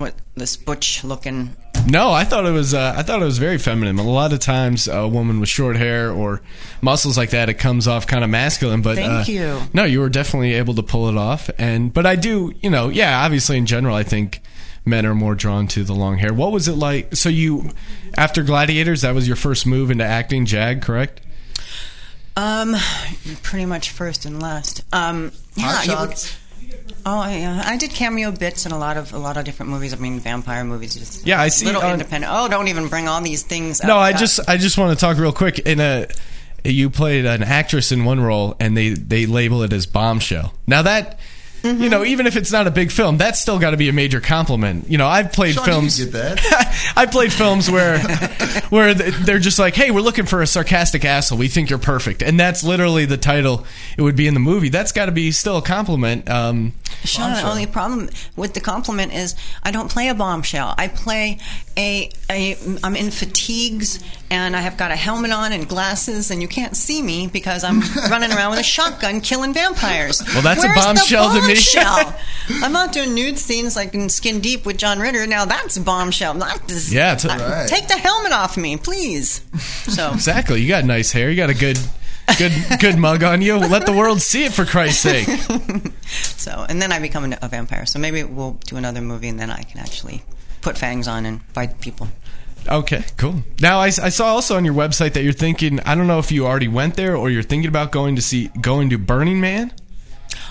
[SPEAKER 16] with this butch looking
[SPEAKER 4] No, I thought it was. Uh, I thought it was very feminine. A lot of times, a woman with short hair or muscles like that, it comes off kind of masculine. But
[SPEAKER 16] Thank
[SPEAKER 4] uh,
[SPEAKER 16] you.
[SPEAKER 4] No, you were definitely able to pull it off. And but I do, you know, yeah. Obviously, in general, I think men are more drawn to the long hair. What was it like? So you, after Gladiators, that was your first move into acting, Jag, correct?
[SPEAKER 16] Um, pretty much first and last. Um, yeah,
[SPEAKER 14] Hot
[SPEAKER 16] you
[SPEAKER 14] Shots?
[SPEAKER 16] would- oh, yeah. I did cameo bits in a lot of a lot of different movies. I mean, vampire movies. Just
[SPEAKER 4] Yeah, I see
[SPEAKER 16] Little
[SPEAKER 4] on-
[SPEAKER 16] independent. Oh, don't even bring all these things.
[SPEAKER 4] No,
[SPEAKER 16] up.
[SPEAKER 4] I
[SPEAKER 16] God.
[SPEAKER 4] just I just want to talk real quick. In a you played an actress in one role, and they they label it as bombshell. Now that. You
[SPEAKER 3] Mm-hmm.
[SPEAKER 4] know, even if it's not a big film, that's still got to be a major compliment. You know, I've played
[SPEAKER 3] Sean, you
[SPEAKER 4] films.
[SPEAKER 3] get
[SPEAKER 4] I played films where where th- they're just like, "Hey, we're looking for a sarcastic asshole. We think you're perfect," and that's literally the title. It would be in the movie. That's got to be still a compliment. Um,
[SPEAKER 16] Sean,
[SPEAKER 4] bombshell.
[SPEAKER 16] only problem with the compliment is I don't play a bombshell. I play a, a I'm in fatigues and I have got a helmet on and glasses and you can't see me because I'm running around with a shotgun killing vampires.
[SPEAKER 4] Well, that's a
[SPEAKER 16] Where's the
[SPEAKER 4] bombshell to me.
[SPEAKER 16] bombshell? I'm not doing nude scenes like in Skin Deep with John Ritter. Now that's a bombshell. Not this,
[SPEAKER 4] Yeah, it's a-
[SPEAKER 16] I- take the helmet off me, please. So
[SPEAKER 4] exactly. You got nice hair. You got a good good good mug on you. Let the world see it for Christ's sake.
[SPEAKER 16] so and then I become an- a vampire. So maybe we'll do another movie and then I can actually put fangs on and fight people.
[SPEAKER 4] Okay, cool. Now I, s- I saw also on your website that you're thinking. I don't know if you already went there or you're thinking about going to see going to Burning Man.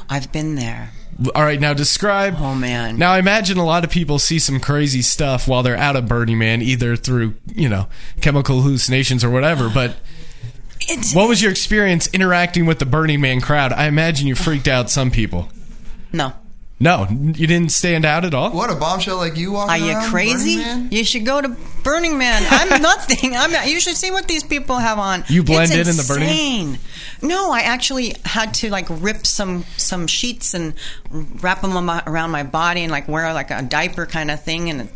[SPEAKER 16] I've been there.
[SPEAKER 4] All right, now describe.
[SPEAKER 16] Oh man.
[SPEAKER 4] Now I imagine a lot of people see some crazy stuff while they're out of Burning Man, either through you know chemical hallucinations or whatever. But what was your experience interacting with the Burning Man crowd? I imagine you freaked out some people.
[SPEAKER 16] No.
[SPEAKER 4] No, you didn't stand out at all.
[SPEAKER 3] What a bombshell like you walking
[SPEAKER 16] Are you
[SPEAKER 3] around,
[SPEAKER 16] crazy?
[SPEAKER 3] Burning Man?
[SPEAKER 16] You should go to Burning Man. I'm nothing. I'm not, you should see what these people have on.
[SPEAKER 4] You blend
[SPEAKER 16] It's
[SPEAKER 4] in in the Burning Man?
[SPEAKER 16] insane. No, I actually had to like rip some some sheets and wrap them around my body and like wear like a diaper kind of thing and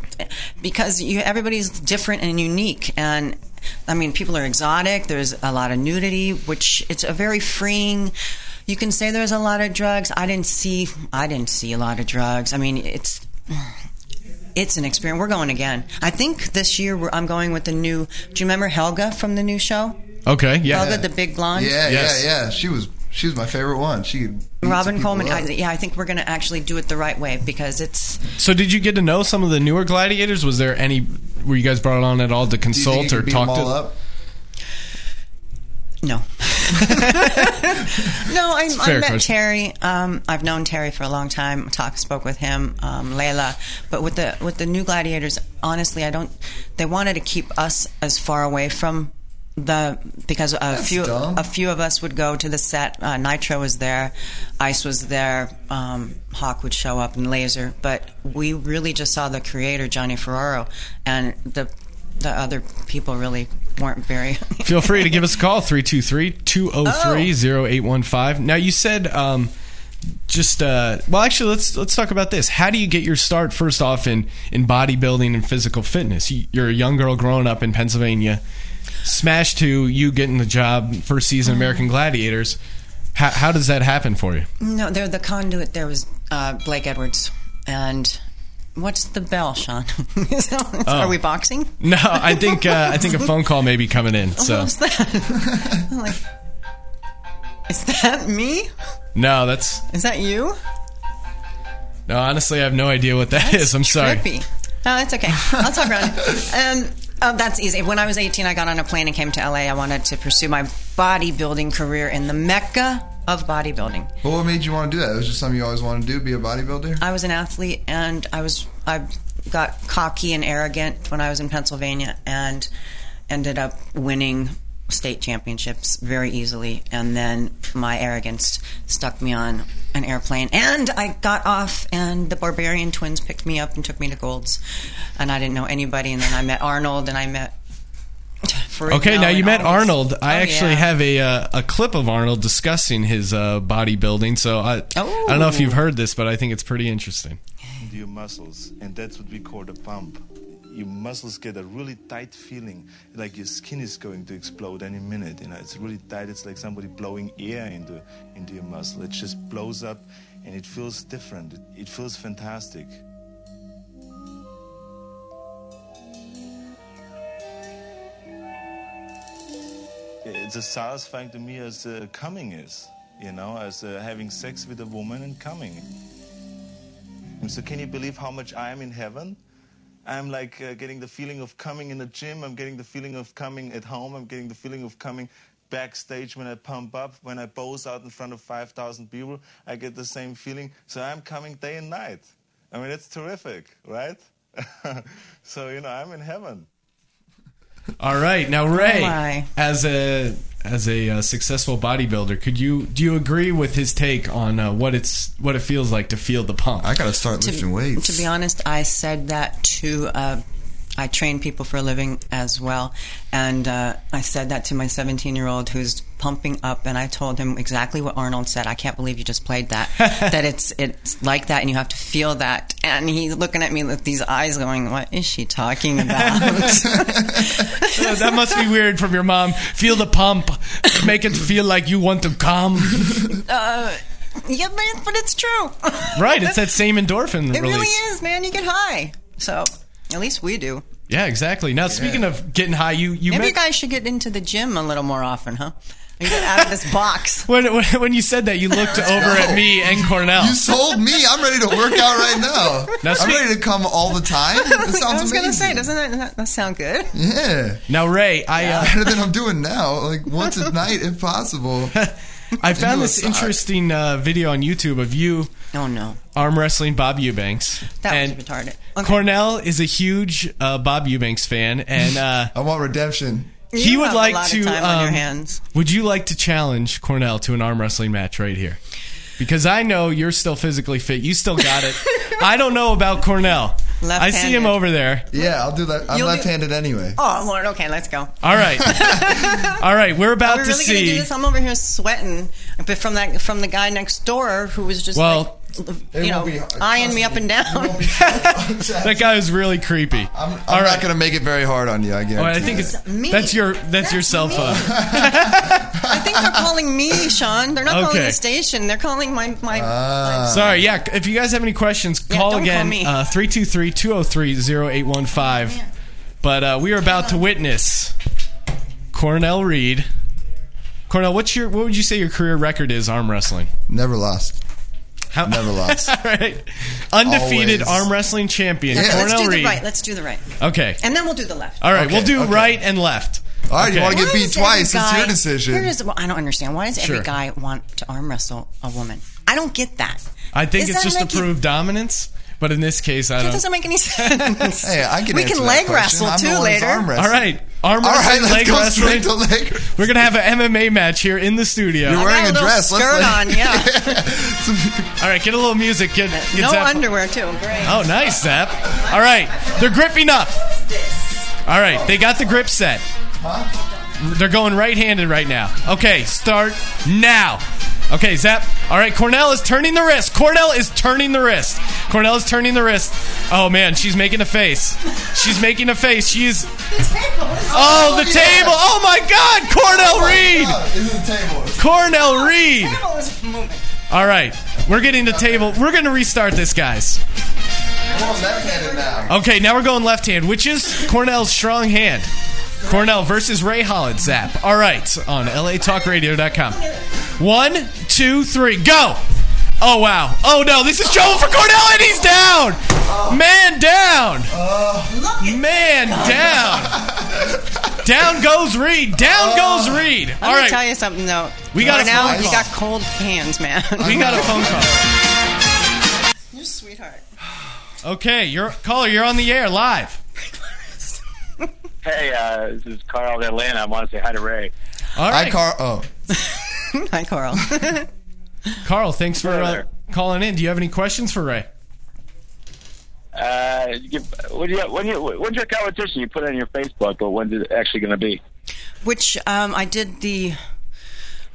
[SPEAKER 16] because you everybody's different and unique and I mean people are exotic. There's a lot of nudity, which it's a very freeing you can say there's a lot of drugs. I didn't see I didn't see a lot of drugs. I mean, it's it's an experience. We're going again. I think this year we're, I'm going with the new. Do you remember Helga from the new show?
[SPEAKER 4] Okay, yeah.
[SPEAKER 16] Helga, the big blonde.
[SPEAKER 3] Yeah, yeah, yeah. She was she was my favorite one. She beat some
[SPEAKER 16] Robin
[SPEAKER 3] people
[SPEAKER 16] Coleman. I,
[SPEAKER 3] up.
[SPEAKER 16] yeah, I think we're going to actually do it the right way because it's
[SPEAKER 4] So did you get to know some of the newer gladiators? Was there any? Were you guys brought on at all to
[SPEAKER 3] Do you think
[SPEAKER 4] consult
[SPEAKER 3] you
[SPEAKER 4] or
[SPEAKER 3] could beat
[SPEAKER 4] talk
[SPEAKER 3] them all
[SPEAKER 4] to?
[SPEAKER 3] up?
[SPEAKER 16] no. no, I,
[SPEAKER 4] It's a
[SPEAKER 16] I
[SPEAKER 4] fair
[SPEAKER 16] met
[SPEAKER 4] question.
[SPEAKER 16] Terry. Um, I've known Terry for a long time. Talk spoke with him, um, Layla. But with the with the new gladiators, honestly, I don't. They wanted to keep us as far away from the because a few a few of us would go to the set. Uh, Nitro was there, Ice was there, um, Hawk would show up, and Laser. But we really just saw the creator Johnny Ferraro, and the the other people really weren't very
[SPEAKER 4] Feel oh free to give us a call 323 203 0815. Now, you said um, just uh, well, actually, let's let's talk about this. How do you get your start first off in in bodybuilding and physical fitness? You- You're a young girl growing up in Pennsylvania. Smash to you getting the job first season of American Gladiators. How, how does that happen for you?
[SPEAKER 16] No, there the conduit there was uh, Blake Edwards and what's the bell, Sean? Is that- Are we boxing?
[SPEAKER 4] Oh. No, I think uh, I think a phone call may be coming in. So
[SPEAKER 16] What's that?
[SPEAKER 4] uh,
[SPEAKER 16] I'm like, is that me?
[SPEAKER 4] no, that's
[SPEAKER 16] Is that you?
[SPEAKER 4] no. Honestly, I have no idea what that is. I'm sorry.
[SPEAKER 16] Trippy. No, that's okay. I'll talk around it. Um, oh, that's easy. When I was 18, I got on a plane and came to LA. I wanted to pursue my bodybuilding career in the mecca of bodybuilding.
[SPEAKER 3] Well, what made you want to do that? It was just something you always wanted to do, be a bodybuilder?
[SPEAKER 16] I was an athlete, and I was I got cocky and arrogant when I was in Pennsylvania, and ended up winning state championships very easily. And then my arrogance stuck me on an airplane, and I got off, and the Barbarian Twins picked me up and took me to Gold's, and I didn't know anybody. And then I met Arnold, and I met. Ferrigno
[SPEAKER 4] Okay, now
[SPEAKER 16] and
[SPEAKER 4] you met
[SPEAKER 16] all these-
[SPEAKER 4] Arnold. I
[SPEAKER 16] Oh,
[SPEAKER 4] actually
[SPEAKER 16] yeah.
[SPEAKER 4] have a uh, a clip of Arnold discussing his uh, bodybuilding. So I I don't know if
[SPEAKER 16] Oh.
[SPEAKER 4] you've heard this, but I think it's pretty interesting.
[SPEAKER 14] into your muscles, and that's what we call the pump. Your muscles get a really tight feeling, like your skin is going to explode any minute. You know, it's really tight. It's like somebody blowing air into into your muscle. It just blows up, and it feels different. It, it feels fantastic. It's as satisfying to me as uh, coming is. You know, as uh, having sex with a woman and coming. So can you believe how much I am in heaven? I'm like uh, getting the feeling of coming in the gym. I'm getting the feeling of coming at home. I'm getting the feeling of coming backstage when I pump up, when I pose out in front of 5,000 people. I get the same feeling. So I'm coming day and night. I mean, it's terrific, right? so, you know, I'm in heaven.
[SPEAKER 4] All right, now
[SPEAKER 16] Oh,
[SPEAKER 4] Ray,
[SPEAKER 14] my.
[SPEAKER 4] as a as a uh, successful bodybuilder, could you do you agree with his take on uh, what it's what it feels like to feel the pump? I
[SPEAKER 3] gotta start
[SPEAKER 16] To be honest, I said that to. Uh, I train people for a living as well, and uh, I said that to my 17-year-old who's pumping up, and I told him exactly what Arnold said. I can't believe you just played that. that it's it's like that, and you have to feel that. And he's looking at me with these eyes, going, "What is she talking about?"
[SPEAKER 4] Uh, that must be weird from your mom. Feel the pump, make it feel like you want to come.
[SPEAKER 16] uh, yeah, man, but it's true.
[SPEAKER 4] Right, it's that same endorphin
[SPEAKER 16] It
[SPEAKER 4] release.
[SPEAKER 16] really is, man. You get high, so at least we do.
[SPEAKER 4] Yeah, exactly. Now speaking of getting high, you you
[SPEAKER 16] Maybe
[SPEAKER 4] met-
[SPEAKER 16] you guys should get into the gym a little more often, huh? And get out of this box.
[SPEAKER 4] when, when when you said that, you looked over at me and Cornell.
[SPEAKER 3] You sold me. I'm ready to work out right now.
[SPEAKER 4] Now
[SPEAKER 3] I'm
[SPEAKER 4] speak-
[SPEAKER 3] ready to come all the time.
[SPEAKER 16] I
[SPEAKER 3] It
[SPEAKER 16] was
[SPEAKER 3] sounds
[SPEAKER 16] gonna
[SPEAKER 3] amazing.
[SPEAKER 16] say, doesn't that, that, that sound good?
[SPEAKER 3] Yeah.
[SPEAKER 4] Now, Ray, I uh,
[SPEAKER 3] better than I'm doing now. Like once a night, if possible.
[SPEAKER 4] I found
[SPEAKER 3] Into a
[SPEAKER 4] this
[SPEAKER 3] sock.
[SPEAKER 4] interesting uh, video on YouTube of you.
[SPEAKER 16] Oh no!
[SPEAKER 4] Arm wrestling Bob Eubanks.
[SPEAKER 16] That
[SPEAKER 4] and
[SPEAKER 16] was retarded.
[SPEAKER 4] Cornell is a huge uh, Bob Eubanks fan, and uh,
[SPEAKER 3] I want redemption.
[SPEAKER 4] He
[SPEAKER 16] You
[SPEAKER 4] would
[SPEAKER 16] have a
[SPEAKER 4] like
[SPEAKER 16] lot of
[SPEAKER 4] to.
[SPEAKER 16] time on your
[SPEAKER 4] um,
[SPEAKER 16] hands.
[SPEAKER 4] Would you like to challenge Cornell to an arm wrestling match right here? Because I know you're still physically fit. You still got it. I don't know about Cornell. I see him
[SPEAKER 16] Left-handed.
[SPEAKER 4] over there.
[SPEAKER 3] Yeah, I'll do that. I'm
[SPEAKER 16] You'll do-
[SPEAKER 3] left-handed anyway.
[SPEAKER 16] Oh Lord, okay, let's go.
[SPEAKER 4] All right, all right. We're about
[SPEAKER 16] Are we
[SPEAKER 4] to
[SPEAKER 16] really gonna
[SPEAKER 4] see.
[SPEAKER 16] do this? I'm over here sweating, but from that from the guy next door who was just
[SPEAKER 4] Well-
[SPEAKER 16] like, you know, eyeing me up and down.
[SPEAKER 4] that guy was really creepy.
[SPEAKER 3] I'm, I'm not gonna make it very hard on you. I guarantee.
[SPEAKER 4] All right, I think
[SPEAKER 3] it.
[SPEAKER 4] it's that's your that's, your cell phone.
[SPEAKER 16] I think they're calling me, Sean. They're not calling
[SPEAKER 4] Okay.
[SPEAKER 16] the station. They're calling my my.
[SPEAKER 4] Sorry, yeah. If you guys have any questions, call
[SPEAKER 16] don't call
[SPEAKER 4] again.
[SPEAKER 16] me. Oh,
[SPEAKER 4] uh, 323-203-0815. But uh, we are about to witness Cornell Reed. Cornell, what's your what would you say your career record is arm wrestling?
[SPEAKER 3] Never lost.
[SPEAKER 4] How-
[SPEAKER 3] Never lost.
[SPEAKER 4] All right. Undefeated
[SPEAKER 3] Always.
[SPEAKER 4] arm wrestling champion
[SPEAKER 16] Let's- let's
[SPEAKER 4] Cornell
[SPEAKER 16] do the
[SPEAKER 4] Reed.
[SPEAKER 16] right. Let's do the right,
[SPEAKER 4] Okay.
[SPEAKER 16] and then we'll do the left.
[SPEAKER 4] All right,
[SPEAKER 3] Okay,
[SPEAKER 4] we'll do
[SPEAKER 3] okay.
[SPEAKER 4] right and left.
[SPEAKER 3] All right, you wanna get
[SPEAKER 16] Why
[SPEAKER 3] beat
[SPEAKER 16] does
[SPEAKER 3] twice,
[SPEAKER 16] every
[SPEAKER 3] it's your
[SPEAKER 16] guy-
[SPEAKER 3] decision.
[SPEAKER 16] where does- well, I don't understand. Why does every
[SPEAKER 4] Sure.
[SPEAKER 16] guy want to arm wrestle a woman? I don't get that.
[SPEAKER 4] I think
[SPEAKER 16] Is
[SPEAKER 4] it's
[SPEAKER 16] that
[SPEAKER 4] just
[SPEAKER 16] like
[SPEAKER 4] to
[SPEAKER 16] you-
[SPEAKER 4] prove dominance, but in this case I
[SPEAKER 16] That
[SPEAKER 4] don't
[SPEAKER 16] doesn't make any sense.
[SPEAKER 3] Hey, I can
[SPEAKER 16] we
[SPEAKER 3] answer
[SPEAKER 16] can
[SPEAKER 3] that
[SPEAKER 16] leg
[SPEAKER 3] question.
[SPEAKER 16] wrestle
[SPEAKER 3] I'm the
[SPEAKER 16] too
[SPEAKER 3] one that's
[SPEAKER 16] later.
[SPEAKER 3] arm wrestling.
[SPEAKER 4] All right. Arm
[SPEAKER 3] All right,
[SPEAKER 4] wrestling,
[SPEAKER 3] let's
[SPEAKER 4] leg
[SPEAKER 3] go
[SPEAKER 4] wrestling.
[SPEAKER 3] straight to leg
[SPEAKER 4] We're going to have an MMA match here in the studio.
[SPEAKER 3] You're wearing a dress. Let's
[SPEAKER 16] skirt
[SPEAKER 3] let-
[SPEAKER 16] on, yeah.
[SPEAKER 4] All right, get a little music. Get, get
[SPEAKER 16] no
[SPEAKER 4] Zap.
[SPEAKER 16] underwear too. Great.
[SPEAKER 4] Oh, nice, Zap. All right, they're gripping up. All right, they got the grip set. They're going right-handed right now. Okay, start now. Okay, Zap. All right, Cornell is turning the wrist. Cornell is turning the wrist. Cornell is turning the wrist. Oh man, she's making a face. She's making a face. She's. Oh, the table. Oh my God, Cornell Reed.
[SPEAKER 3] Oh,
[SPEAKER 4] Cornell Reed. All right, we're getting the table. We're gonna restart this, guys.
[SPEAKER 3] Come on, left-handed now.
[SPEAKER 4] Okay, now we're going left hand, which is Cornell's strong hand. Cornell versus Ray Holland zap. All right, on latalkradio.com. One, two, three, go! Oh, wow. Oh, no, this is trouble for Cornell, and he's down! Man down! Man down! Down goes Reed! Down goes Reed!
[SPEAKER 16] Uh, Let
[SPEAKER 4] All
[SPEAKER 16] me
[SPEAKER 4] right.
[SPEAKER 16] tell you something though.
[SPEAKER 4] We got a
[SPEAKER 16] now
[SPEAKER 4] phone
[SPEAKER 16] you
[SPEAKER 4] call.
[SPEAKER 16] got cold hands, man.
[SPEAKER 4] We got a phone call.
[SPEAKER 16] You're sweetheart.
[SPEAKER 4] Okay, you're, caller, you're on the air live.
[SPEAKER 17] Hey, uh, this is Carl in Atlanta. I want to say hi to Ray.
[SPEAKER 4] All right. Carl.
[SPEAKER 3] oh,
[SPEAKER 16] Hi, Carl.
[SPEAKER 4] Carl, thanks for uh, calling in. Do you have any questions for Ray?
[SPEAKER 17] Uh, you, when you, when you, when's your competition you put on your Facebook, but when's it actually going to be?
[SPEAKER 16] Which um, I did the.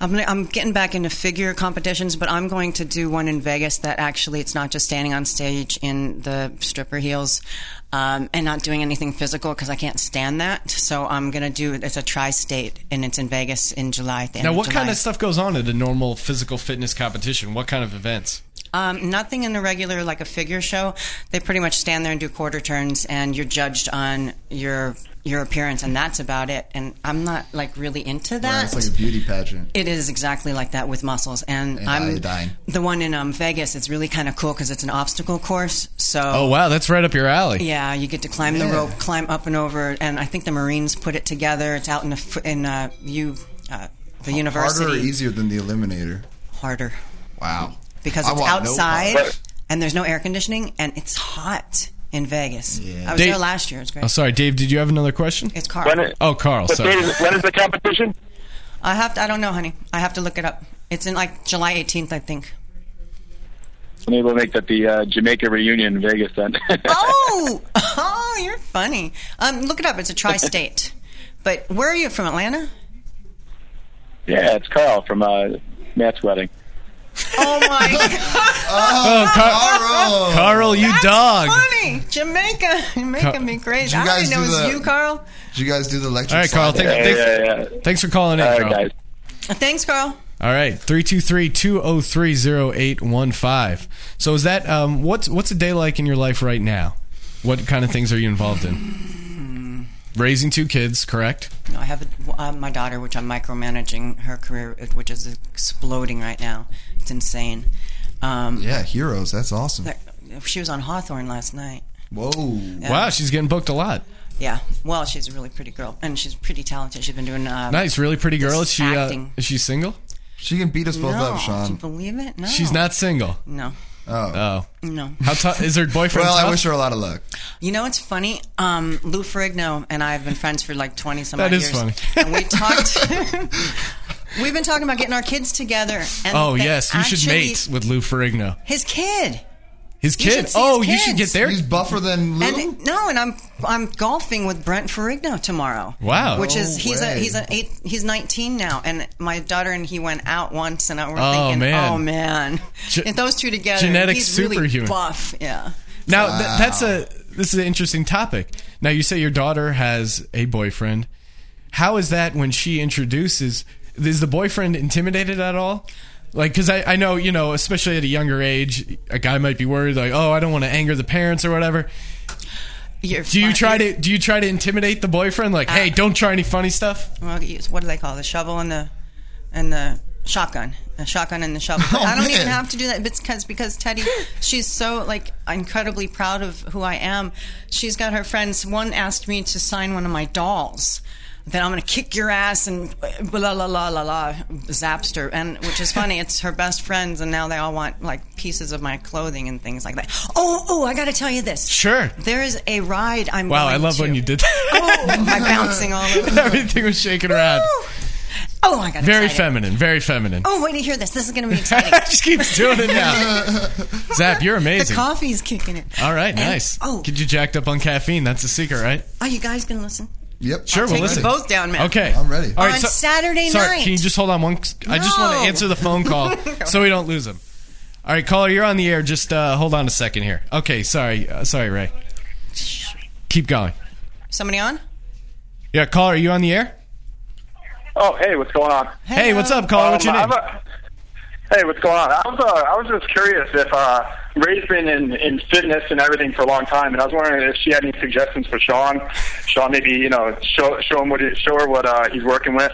[SPEAKER 16] I'm, gonna- I'm getting back into figure competitions, but I'm going to do one in Vegas that actually it's not just standing on stage in the stripper heels um, and not doing anything physical because I can't stand that. So I'm going to do it's a tri-state and it's in Vegas in July. at the end
[SPEAKER 4] Now,
[SPEAKER 16] of
[SPEAKER 4] what
[SPEAKER 16] July.
[SPEAKER 4] kind of stuff goes on at a normal physical fitness competition? What kind of events?
[SPEAKER 16] Um, nothing in the regular, like a figure show. They pretty much stand there and do quarter turns, and you're judged on your your appearance, and that's about it. And I'm not like really into
[SPEAKER 3] Wow,
[SPEAKER 16] that.
[SPEAKER 3] it's like a beauty pageant.
[SPEAKER 16] It is exactly like that with muscles, and,
[SPEAKER 3] And
[SPEAKER 16] I'm
[SPEAKER 3] iodine.
[SPEAKER 16] the one in um, Vegas. It's really kind of cool because it's an obstacle course. So
[SPEAKER 4] Oh, wow, that's right up your alley.
[SPEAKER 16] yeah, you get to climb the
[SPEAKER 4] Yeah.
[SPEAKER 16] rope, climb up and over, and I think the Marines put it together. It's out in the f- in uh, you uh, the university.
[SPEAKER 3] Harder or easier than the eliminator?
[SPEAKER 16] Harder.
[SPEAKER 3] Wow.
[SPEAKER 16] because
[SPEAKER 3] I
[SPEAKER 16] it's
[SPEAKER 3] want no
[SPEAKER 16] outside
[SPEAKER 3] part.
[SPEAKER 16] and there's no air conditioning and it's hot in Vegas. I was
[SPEAKER 4] Dave-
[SPEAKER 16] there last year. It's great.
[SPEAKER 4] Oh, sorry, Dave. Did you have another question?
[SPEAKER 16] It's Carl. When it-
[SPEAKER 4] oh, Carl.
[SPEAKER 16] but
[SPEAKER 4] Sorry.
[SPEAKER 16] Dave-
[SPEAKER 17] When is the competition?
[SPEAKER 16] I have to, I don't know, honey. I have to look it up. It's in like July 18th, I think.
[SPEAKER 17] Maybe we'll make that the uh, Jamaica reunion in Vegas then.
[SPEAKER 16] Oh, oh, you're funny. Um, look it up. It's a tri-state. But where are you from? Atlanta?
[SPEAKER 17] yeah, it's Carl from uh, Matt's wedding.
[SPEAKER 16] Oh my god.
[SPEAKER 4] Oh, Carl. Carl, you dog.
[SPEAKER 16] Funny. Jamaica. You're making me crazy.
[SPEAKER 3] Did you
[SPEAKER 16] I didn't
[SPEAKER 3] guys
[SPEAKER 16] know it
[SPEAKER 3] do
[SPEAKER 16] was
[SPEAKER 3] the-
[SPEAKER 16] you, Carl.
[SPEAKER 3] Did you guys do the lecture?
[SPEAKER 4] All right, Carl.
[SPEAKER 3] slide?
[SPEAKER 4] Thanks, thanks, thanks for calling in, Carl.
[SPEAKER 16] Thanks, Carl.
[SPEAKER 4] All right, 323-203-0815. So is that um, what's what's a day like in your life right now? What kind of things are you involved in?
[SPEAKER 16] Hmm.
[SPEAKER 4] Raising two kids, correct?
[SPEAKER 16] No, I have a, uh, my daughter, which I'm micromanaging her career, which is exploding right now. It's insane. Um,
[SPEAKER 3] Yeah, heroes. That's awesome.
[SPEAKER 16] that- she was on Hawthorne last night.
[SPEAKER 3] Whoa.
[SPEAKER 16] Yeah. Wow,
[SPEAKER 4] she's getting booked a lot.
[SPEAKER 16] Yeah. Well, she's a really pretty girl, and she's pretty talented. She's been doing uh,
[SPEAKER 4] nice, really pretty girl. Is she uh,
[SPEAKER 16] acting.
[SPEAKER 4] is she single?
[SPEAKER 3] She can beat us
[SPEAKER 16] No, can you believe it? No,
[SPEAKER 4] She's not single.
[SPEAKER 16] No.
[SPEAKER 4] Oh.
[SPEAKER 16] No.
[SPEAKER 4] How tough is her boyfriend?
[SPEAKER 3] Well, I
[SPEAKER 4] tough?
[SPEAKER 3] wish her a lot of luck.
[SPEAKER 16] You know what's funny? Um, Lou Ferrigno and I have been friends for like twenty some
[SPEAKER 4] That
[SPEAKER 16] odd
[SPEAKER 4] is
[SPEAKER 16] years.
[SPEAKER 4] funny.
[SPEAKER 16] And we talked. We've been talking about getting our kids together. And
[SPEAKER 4] Oh
[SPEAKER 16] they
[SPEAKER 4] yes, you should
[SPEAKER 16] actually-
[SPEAKER 4] mate with Lou Ferrigno.
[SPEAKER 16] His kid.
[SPEAKER 4] His
[SPEAKER 16] You should
[SPEAKER 4] kid.
[SPEAKER 16] see
[SPEAKER 4] Oh,
[SPEAKER 16] his
[SPEAKER 4] you should get
[SPEAKER 16] kids.
[SPEAKER 4] there.
[SPEAKER 16] He's
[SPEAKER 3] buffer than
[SPEAKER 16] And no, and I'm I'm golfing with Brent Ferrigno tomorrow.
[SPEAKER 4] Wow.
[SPEAKER 16] which is
[SPEAKER 4] No
[SPEAKER 16] he's a
[SPEAKER 4] way.
[SPEAKER 16] he's an eight he's 19 now, and my daughter and he went out once, and I were
[SPEAKER 4] Oh,
[SPEAKER 16] thinking,
[SPEAKER 4] man.
[SPEAKER 16] oh man,
[SPEAKER 4] Ge-
[SPEAKER 16] if those two together,
[SPEAKER 4] genetic
[SPEAKER 16] he's really
[SPEAKER 4] superhuman.
[SPEAKER 16] buff, yeah.
[SPEAKER 4] Now th- that's a this is an interesting topic. Now you say your daughter has a boyfriend. How is that when she introduces? Is the boyfriend intimidated at all? Like, because I, I know you know, especially at a younger age, a guy might be worried, like, oh, I don't want to anger the parents or whatever.
[SPEAKER 16] You're
[SPEAKER 4] do you
[SPEAKER 16] fine.
[SPEAKER 4] try to do you try to intimidate the boyfriend?
[SPEAKER 16] Uh,
[SPEAKER 4] Like, hey, don't try any funny stuff.
[SPEAKER 16] Well, you- what do they call it? the shovel and the and the shotgun? A shotgun and the shovel. But
[SPEAKER 18] Oh,
[SPEAKER 16] I don't even
[SPEAKER 18] man.
[SPEAKER 16] have to do that because because Teddy, she's so like incredibly proud of who I am. She's got her friends. One asked me to sign one of my dolls. That I'm gonna kick your ass and blah la la la la zapster and which is funny it's her best friends and now they all want like pieces of my clothing and things like that. Oh oh I gotta tell you this.
[SPEAKER 4] Sure.
[SPEAKER 16] There is a ride I'm
[SPEAKER 4] Wow,
[SPEAKER 16] going
[SPEAKER 4] I love
[SPEAKER 16] to.
[SPEAKER 4] when you did that.
[SPEAKER 16] Oh, my bouncing all over.
[SPEAKER 4] Everything was shaking around.
[SPEAKER 16] Oh, I got
[SPEAKER 4] Very
[SPEAKER 16] excited.
[SPEAKER 4] feminine. Very feminine.
[SPEAKER 16] Oh, wait to hear this. This is going to be exciting.
[SPEAKER 4] Just keeps doing it now. Zap, you're
[SPEAKER 16] The
[SPEAKER 4] amazing.
[SPEAKER 16] coffee's kicking it.
[SPEAKER 4] All right,
[SPEAKER 16] And-
[SPEAKER 4] nice.
[SPEAKER 16] oh.
[SPEAKER 4] Get you jacked up on caffeine. That's a secret, right?
[SPEAKER 16] Oh, you guys can listen.
[SPEAKER 3] Yep.
[SPEAKER 4] Sure,
[SPEAKER 16] I'll
[SPEAKER 4] we'll
[SPEAKER 16] take us
[SPEAKER 4] listen.
[SPEAKER 16] both down, man.
[SPEAKER 4] Okay.
[SPEAKER 16] I'm
[SPEAKER 3] ready.
[SPEAKER 4] All right,
[SPEAKER 16] On
[SPEAKER 4] so-
[SPEAKER 16] Saturday
[SPEAKER 4] sorry,
[SPEAKER 16] night.
[SPEAKER 4] Can you just hold on one? I just want
[SPEAKER 16] No.
[SPEAKER 4] to answer the phone call so we don't lose him. All right, caller, you're on the air. Just uh, hold on a second here. Okay, sorry, uh, sorry, Ray. Keep going.
[SPEAKER 16] Somebody on?
[SPEAKER 4] Yeah, caller, are you on the air?
[SPEAKER 17] Oh, hey, what's going on?
[SPEAKER 4] Hey,
[SPEAKER 16] uh,
[SPEAKER 4] what's up, caller? What's your
[SPEAKER 17] Um,
[SPEAKER 4] name?
[SPEAKER 17] I'm a- hey, what's going on? I was uh, I was just curious if uh, Ray's been in, in fitness and everything for a long time, and I was wondering if she had any suggestions for Sean. Sean, maybe you know, show show him what he- show her what uh, he's working with,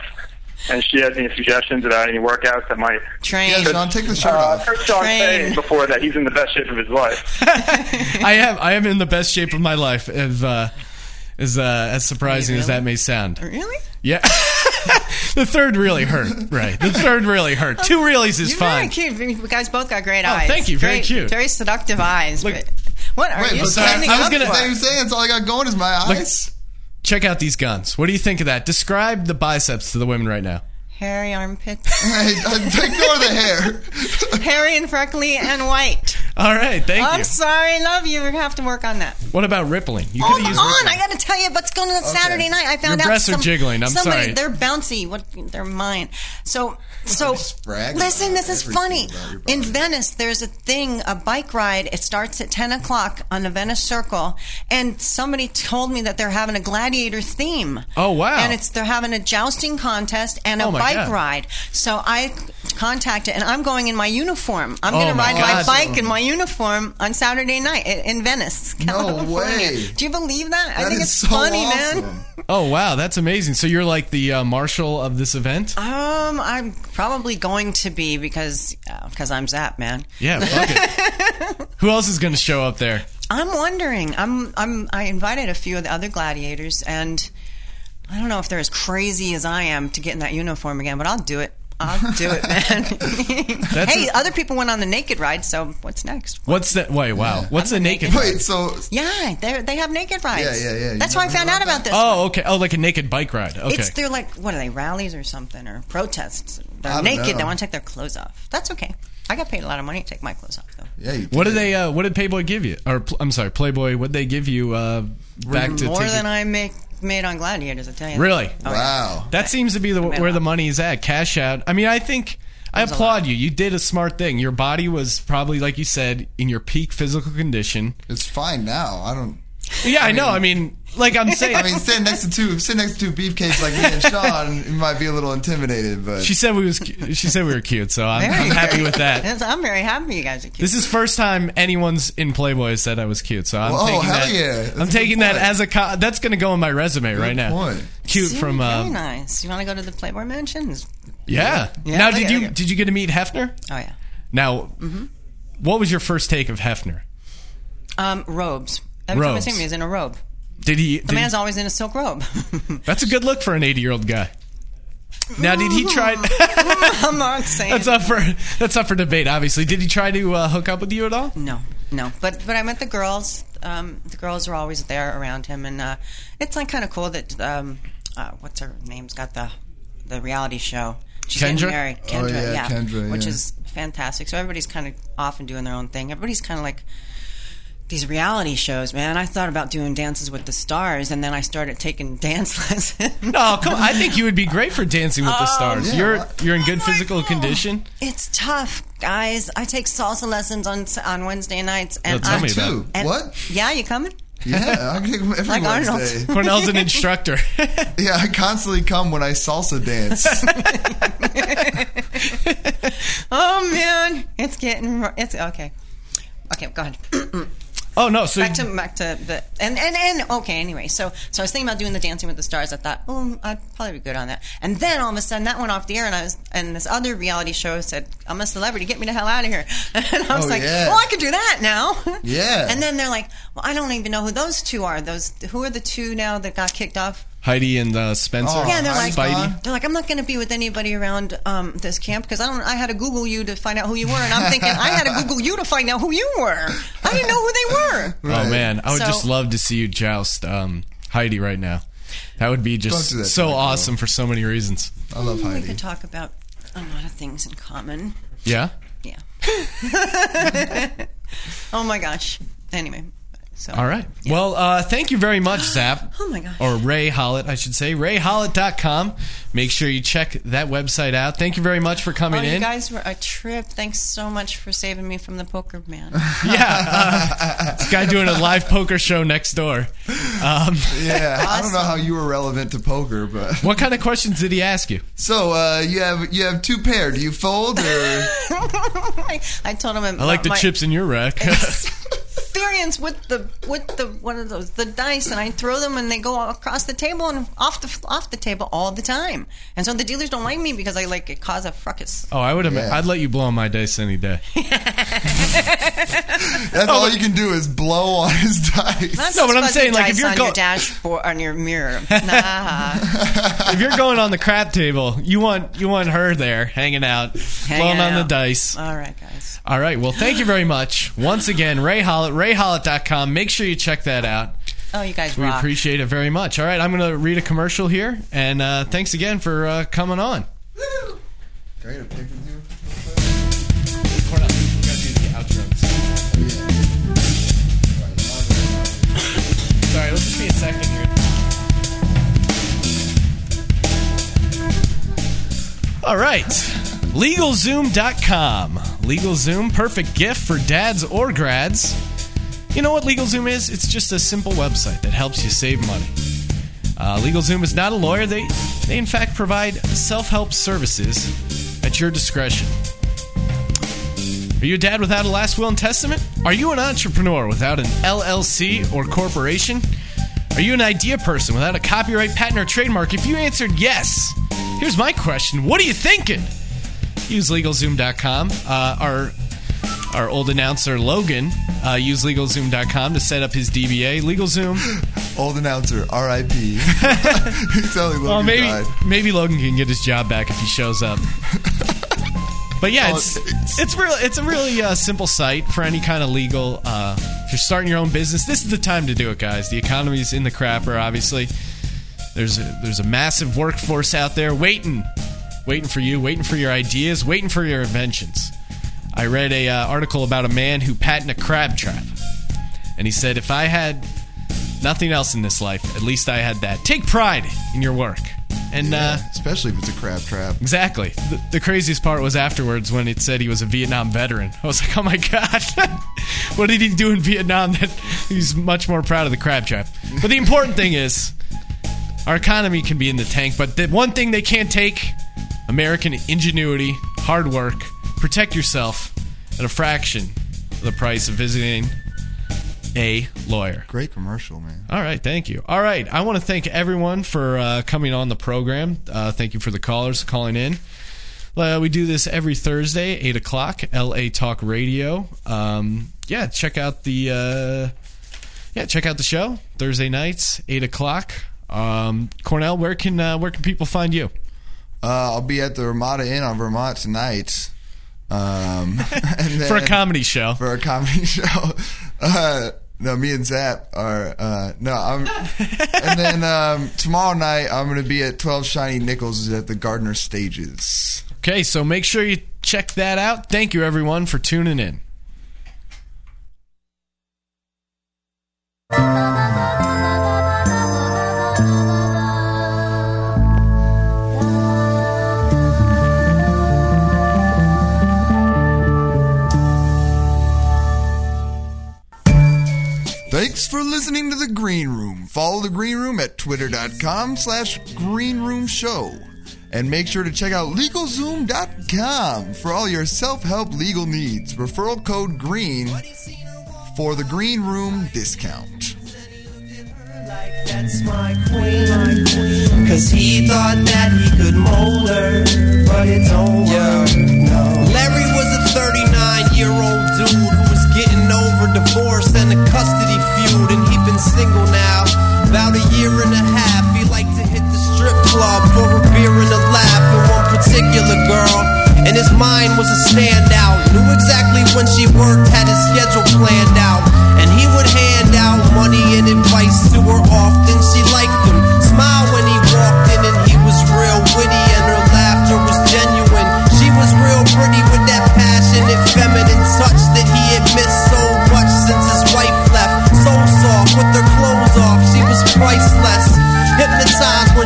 [SPEAKER 17] and she has any suggestions about any workouts that might
[SPEAKER 16] train.
[SPEAKER 17] Yeah,
[SPEAKER 3] Sean, take the shirt
[SPEAKER 4] Uh,
[SPEAKER 17] off. I've heard Sean say before that he's in the best shape of his life.
[SPEAKER 4] I am. I am in the best shape of my life. If, uh, as uh, as surprising as that may sound.
[SPEAKER 16] Really?
[SPEAKER 4] Yeah. the third really hurt, Ray. The third really hurt. Two reallys is
[SPEAKER 16] You're
[SPEAKER 4] fine.
[SPEAKER 16] very cute. You guys both got great
[SPEAKER 4] Oh,
[SPEAKER 16] eyes.
[SPEAKER 4] thank you. Very
[SPEAKER 16] Great-
[SPEAKER 4] cute.
[SPEAKER 16] Very seductive eyes. but what are you standing up for?
[SPEAKER 3] Same thing. That's all I got going is my
[SPEAKER 4] Look,
[SPEAKER 3] eyes.
[SPEAKER 4] check out these guns. What do you think of that? Describe the biceps to the women right now.
[SPEAKER 16] Hairy armpits.
[SPEAKER 3] Ignore the hair.
[SPEAKER 16] Hairy and freckly and white.
[SPEAKER 4] All right, thank
[SPEAKER 16] I'm
[SPEAKER 4] you.
[SPEAKER 16] sorry. Love you. We have to work on that.
[SPEAKER 4] What about rippling? You
[SPEAKER 16] Hold
[SPEAKER 4] could
[SPEAKER 16] on.
[SPEAKER 4] use rippling.
[SPEAKER 16] I got to tell you what's going on Saturday night. I found
[SPEAKER 4] Your
[SPEAKER 16] out
[SPEAKER 4] breasts are
[SPEAKER 16] some-
[SPEAKER 4] jiggling. I'm
[SPEAKER 16] somebody,
[SPEAKER 4] sorry.
[SPEAKER 16] They're bouncy. What? They're mine. So, so
[SPEAKER 3] bragging
[SPEAKER 16] listen. This is
[SPEAKER 3] everything
[SPEAKER 16] funny. In Venice, there's a thing, a bike ride. It starts at 10 o'clock on the Venice Circle, and somebody told me that they're having a gladiator theme.
[SPEAKER 4] Oh, wow.
[SPEAKER 16] And it's they're having a jousting contest and a
[SPEAKER 4] Oh, my
[SPEAKER 16] bike
[SPEAKER 4] God.
[SPEAKER 16] ride. So I contacted, and I'm going in my uniform. I'm
[SPEAKER 4] Oh,
[SPEAKER 16] going to
[SPEAKER 4] my
[SPEAKER 16] ride my
[SPEAKER 4] God.
[SPEAKER 16] bike in my uniform on Saturday night i- in Venice, California.
[SPEAKER 3] way.
[SPEAKER 16] Do you believe that? I
[SPEAKER 3] That
[SPEAKER 16] think
[SPEAKER 3] is
[SPEAKER 16] it's
[SPEAKER 3] so
[SPEAKER 16] funny, man.
[SPEAKER 3] awesome.
[SPEAKER 4] Oh wow, that's amazing. So you're like the uh, marshal of this event.
[SPEAKER 16] Um, I'm probably going to be because because I'm Zap, man.
[SPEAKER 4] Yeah. fuck it. Who else is going to show up there?
[SPEAKER 16] I'm wondering. I'm I'm I invited a few of the other gladiators, and I don't know if they're as crazy as I am to get in that uniform again, but I'll do it. I'll do it, man.
[SPEAKER 4] That's
[SPEAKER 16] hey,
[SPEAKER 4] a-
[SPEAKER 16] other people went on the naked ride, so what's next?
[SPEAKER 4] What's that? Wait, wow. What's the naked?
[SPEAKER 3] Wait, so
[SPEAKER 16] Yeah, they they have naked rides.
[SPEAKER 4] yeah, yeah. You
[SPEAKER 16] That's why I found out about this.
[SPEAKER 4] oh, okay. Oh, like a naked bike ride. Okay.
[SPEAKER 16] It's they're like what are they rallies or something or protests?
[SPEAKER 4] I
[SPEAKER 16] They're
[SPEAKER 4] don't
[SPEAKER 16] naked.
[SPEAKER 4] know.
[SPEAKER 16] They want to take their clothes off. That's okay. I got paid a lot of money to take my clothes off though.
[SPEAKER 3] Yeah.
[SPEAKER 4] what did they? Uh, what did Playboy give you? Or pl- I'm sorry, Playboy. What they give you? Uh, back to
[SPEAKER 16] more
[SPEAKER 4] take
[SPEAKER 16] than
[SPEAKER 4] your-
[SPEAKER 16] I make made on Gladiators. I tell you. that.
[SPEAKER 4] Really?
[SPEAKER 16] Oh, yeah.
[SPEAKER 4] That seems to be the where the money is at. Cash out. I mean, I think I
[SPEAKER 16] There's a
[SPEAKER 4] applaud you. You did a smart thing. Your body was probably, like you said, in your peak physical condition.
[SPEAKER 3] It's fine now. I don't.
[SPEAKER 4] Yeah, I, know. I mean, like I'm saying,
[SPEAKER 3] I mean, sitting next to two, sitting next to two beefcakes like me and Sean, you might be a little intimidated, but
[SPEAKER 4] she said we was. cu- She said we were cute, so I'm,
[SPEAKER 16] Very
[SPEAKER 4] I'm happy
[SPEAKER 16] good.
[SPEAKER 4] with that.
[SPEAKER 16] That's- I'm very happy you guys are cute.
[SPEAKER 4] This is first time anyone's in Playboy has said I was cute, so I'm
[SPEAKER 3] Whoa,
[SPEAKER 4] taking
[SPEAKER 3] hell
[SPEAKER 4] that.
[SPEAKER 3] yeah. That's a
[SPEAKER 4] I'm
[SPEAKER 3] good
[SPEAKER 4] taking that
[SPEAKER 3] point.
[SPEAKER 4] as a co- that's going to go on my resume right now.
[SPEAKER 3] point.
[SPEAKER 4] Cute
[SPEAKER 16] See,
[SPEAKER 4] from
[SPEAKER 16] very
[SPEAKER 4] uh,
[SPEAKER 16] nice. You want to go to the Playboy Mansions?
[SPEAKER 4] yeah.
[SPEAKER 16] Yeah,
[SPEAKER 4] now,
[SPEAKER 16] look
[SPEAKER 4] did
[SPEAKER 16] at-
[SPEAKER 4] you
[SPEAKER 16] look at-
[SPEAKER 4] did you get to meet Hefner?
[SPEAKER 16] Oh yeah.
[SPEAKER 4] Now,
[SPEAKER 16] Mm-hmm.
[SPEAKER 4] what was your first take of Hefner?
[SPEAKER 16] Um, robes. Every time I
[SPEAKER 4] Robes.
[SPEAKER 16] see him, he's in a robe.
[SPEAKER 4] Did he?
[SPEAKER 16] The
[SPEAKER 4] did he-
[SPEAKER 16] man's always in a silk robe.
[SPEAKER 4] That's a good look for an 80 year old guy. Now, did he try?
[SPEAKER 16] I'm not saying.
[SPEAKER 4] that's up for that's up for debate. Obviously, did he try to uh, hook up with you at all?
[SPEAKER 16] No, no. But but I met the girls. Um, the girls are always there around him, and uh, it's like kind of cool that um, uh, what's her name's got the the reality show. She's getting
[SPEAKER 4] Kendra?
[SPEAKER 16] married.
[SPEAKER 4] Oh,
[SPEAKER 16] Kendra,
[SPEAKER 4] yeah,
[SPEAKER 16] yeah,
[SPEAKER 4] Kendra,
[SPEAKER 16] which
[SPEAKER 4] yeah.
[SPEAKER 16] is fantastic. So everybody's kind of off and doing their own thing. Everybody's kind of like these reality shows, man. I thought about doing Dances with the Stars, and then I started taking dance lessons.
[SPEAKER 4] No, Oh, come. on. I think you would be great for Dancing with the
[SPEAKER 16] Oh,
[SPEAKER 4] Stars.
[SPEAKER 16] yeah. Oh,
[SPEAKER 4] You're you're in good physical condition.
[SPEAKER 16] It's tough, guys. I take salsa lessons on on Wednesday nights, and
[SPEAKER 4] Oh, tell
[SPEAKER 16] I,
[SPEAKER 4] me about it.
[SPEAKER 16] and-
[SPEAKER 3] What?
[SPEAKER 16] Yeah, you coming?
[SPEAKER 3] yeah, I can every
[SPEAKER 16] Like Arnold.
[SPEAKER 3] Wednesday.
[SPEAKER 4] Cornell's an instructor.
[SPEAKER 3] Yeah, I constantly come when I salsa dance.
[SPEAKER 16] Oh man, it's getting r- it's okay. Okay, go ahead.
[SPEAKER 4] Oh no, so
[SPEAKER 16] back to back to the and and and okay. Anyway, so so I was thinking about doing the Dancing with the Stars. I thought, oh, I'd probably be good on that. And then all of a sudden, that went off the air, and I was and this other reality show said, "I'm a celebrity. Get me the hell out of here." And I was
[SPEAKER 3] Oh,
[SPEAKER 16] like,
[SPEAKER 3] yeah.
[SPEAKER 16] well, I could do that now.
[SPEAKER 3] Yeah.
[SPEAKER 16] And then they're like, well, I don't even know who those two are. Those who are the two now that got kicked off?
[SPEAKER 4] Heidi and uh, Spencer.
[SPEAKER 16] Oh, yeah, they're like,
[SPEAKER 4] Spidey.
[SPEAKER 16] they're like, I'm not going to be with anybody around um, this camp because I don't. I had to Google you to find out who you were, and I'm thinking I had to Google you to find out who you were. I didn't know who they were.
[SPEAKER 4] Oh man, I would
[SPEAKER 16] So-
[SPEAKER 4] just love to see you joust um, Heidi right now. That would be just
[SPEAKER 3] Don't do that to
[SPEAKER 4] so
[SPEAKER 3] my girl.
[SPEAKER 4] awesome for so many reasons.
[SPEAKER 3] I love
[SPEAKER 16] We
[SPEAKER 3] Heidi.
[SPEAKER 16] could talk about a lot of things in common.
[SPEAKER 4] Yeah.
[SPEAKER 16] Yeah. oh my gosh. Anyway, So
[SPEAKER 4] All right. Well, uh, thank you very much, Zap.
[SPEAKER 16] Oh my gosh.
[SPEAKER 4] Or Ray Hollett, I should say. RayHollett.com. Make sure you check that website out. Thank you very much for coming
[SPEAKER 16] oh,
[SPEAKER 4] in.
[SPEAKER 16] you guys were a trip. Thanks so much for saving me from the poker man.
[SPEAKER 4] this guy doing a live poker show next door. Um,
[SPEAKER 3] Yeah, I don't know how you were relevant to poker, but
[SPEAKER 4] what kind of questions did he ask you?
[SPEAKER 3] So uh, you have you have two pair. Do you fold or?
[SPEAKER 16] I, I told him
[SPEAKER 4] I like the
[SPEAKER 16] my
[SPEAKER 4] chips in your rack.
[SPEAKER 16] experience with the with the one of those the dice, and I throw them and they go all across the table and off the off the table all the time. And so the dealers don't like me because I like cause a fracas.
[SPEAKER 4] oh, I would have. I'd let you blow on my dice any day. Oh.
[SPEAKER 3] That's all you can do is blow on his dice.
[SPEAKER 16] Not
[SPEAKER 4] No, but I'm
[SPEAKER 16] fuzzy
[SPEAKER 4] saying, like, if
[SPEAKER 16] dice
[SPEAKER 4] you're
[SPEAKER 16] on
[SPEAKER 4] go-
[SPEAKER 16] your dashboard on your mirror, nah.
[SPEAKER 4] if you're going on the crap table, you want you want her there hanging out, blowing on the
[SPEAKER 16] out.
[SPEAKER 4] dice.
[SPEAKER 16] All right, guys.
[SPEAKER 4] All right. Well, thank you very much. Once again, Ray Hollett, rayhollett.com. Make sure you check that out.
[SPEAKER 16] Oh, you guys
[SPEAKER 4] We
[SPEAKER 16] rock.
[SPEAKER 4] appreciate it very much. All right, I'm going to read a commercial here, and uh, thanks again for uh, coming on.
[SPEAKER 3] Can I get a pic with you?
[SPEAKER 4] Sorry, let's just be a second here. All right. LegalZoom.com. LegalZoom, perfect gift for dads or grads. You know what LegalZoom is? It's just a simple website that helps you save money. Uh, LegalZoom is not a lawyer. They, they in fact, provide self help services at your discretion. Are you a dad without a last will and testament? Are you an entrepreneur without an LLC or corporation? Are you an idea person without a copyright, patent, or trademark? If you answered yes, here's my question What are you thinking? Use LegalZoom.com. Uh, our, our old announcer, Logan, uh, used LegalZoom.com to set up his DBA. LegalZoom.
[SPEAKER 3] Old announcer, R.I.P. Tell
[SPEAKER 4] Well,
[SPEAKER 3] me, Logan
[SPEAKER 4] Oh, maybe
[SPEAKER 3] died.
[SPEAKER 4] maybe Logan can get his job back if he shows up. But yeah,
[SPEAKER 3] Oh,
[SPEAKER 4] it's it's real. It's a really uh, simple site for any kind of legal. Uh, if you're starting your own business, this is the time to do it, guys. The economy's in the crapper, obviously. There's a, there's a massive workforce out there waiting, waiting for you, waiting for your ideas, waiting for your inventions. I read a uh, article about a man who patented a crab trap. And he said, If I had nothing else in this life, at least I had that. Take pride in your work. And uh,
[SPEAKER 3] especially if it's a crab trap.
[SPEAKER 4] Exactly. The, the craziest part was afterwards when it said he was a Vietnam veteran. I was like, oh my God. what did he do in Vietnam that he's much more proud of the crab trap? But the important thing is, our economy can be in the tank, but the one thing they can't take American ingenuity, hard work, protect yourself at a fraction of the price of visiting a lawyer.
[SPEAKER 3] Great commercial, man.
[SPEAKER 4] All right, thank you. All right, I want to thank everyone for uh, coming on the program. Uh, thank you for the callers calling in. Uh, we do this every Thursday, eight o'clock, LA Talk Radio. Um, yeah, check out the uh, yeah check out the show Thursday nights, eight o'clock. Um, Cornell, where can uh, where can people find you?
[SPEAKER 3] Uh, I'll be at the Ramada Inn on Vermont tonight. Um, and
[SPEAKER 4] For a
[SPEAKER 3] then-
[SPEAKER 4] comedy show.
[SPEAKER 3] For a comedy show. Uh, no, me and Zap are. Uh, no, I'm. and then um, tomorrow night, I'm going to be at 12 Shiny Nickels at the Gardner Stages.
[SPEAKER 4] Okay, so make sure you check that out. Thank you everyone for tuning in.
[SPEAKER 3] Thanks for listening to The Green Room. Follow The Green Room at twitter.com slash greenroomshow. And make sure to check out LegalZoom.com for all your self-help legal needs. Referral code GREEN for the Green Room discount.
[SPEAKER 18] That's my queen, Cause he thought that he could mold her, but it don't work. No. Larry was a 39 year old dude who was getting over divorce and a custody feud, and he been single now about a year and a half. He liked to hit the strip club for a beer and a laugh with one particular girl, and his mind was a standout. Knew exactly when she worked, had his schedule planned out, and he would hand out money and advice to her often. She liked him, smiled when he walked in, and he was real witty, and her laughter was genuine. She was real pretty with that passionate feminine touch that he had missed so much since his wife left. So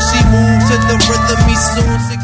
[SPEAKER 18] rhythm, he soon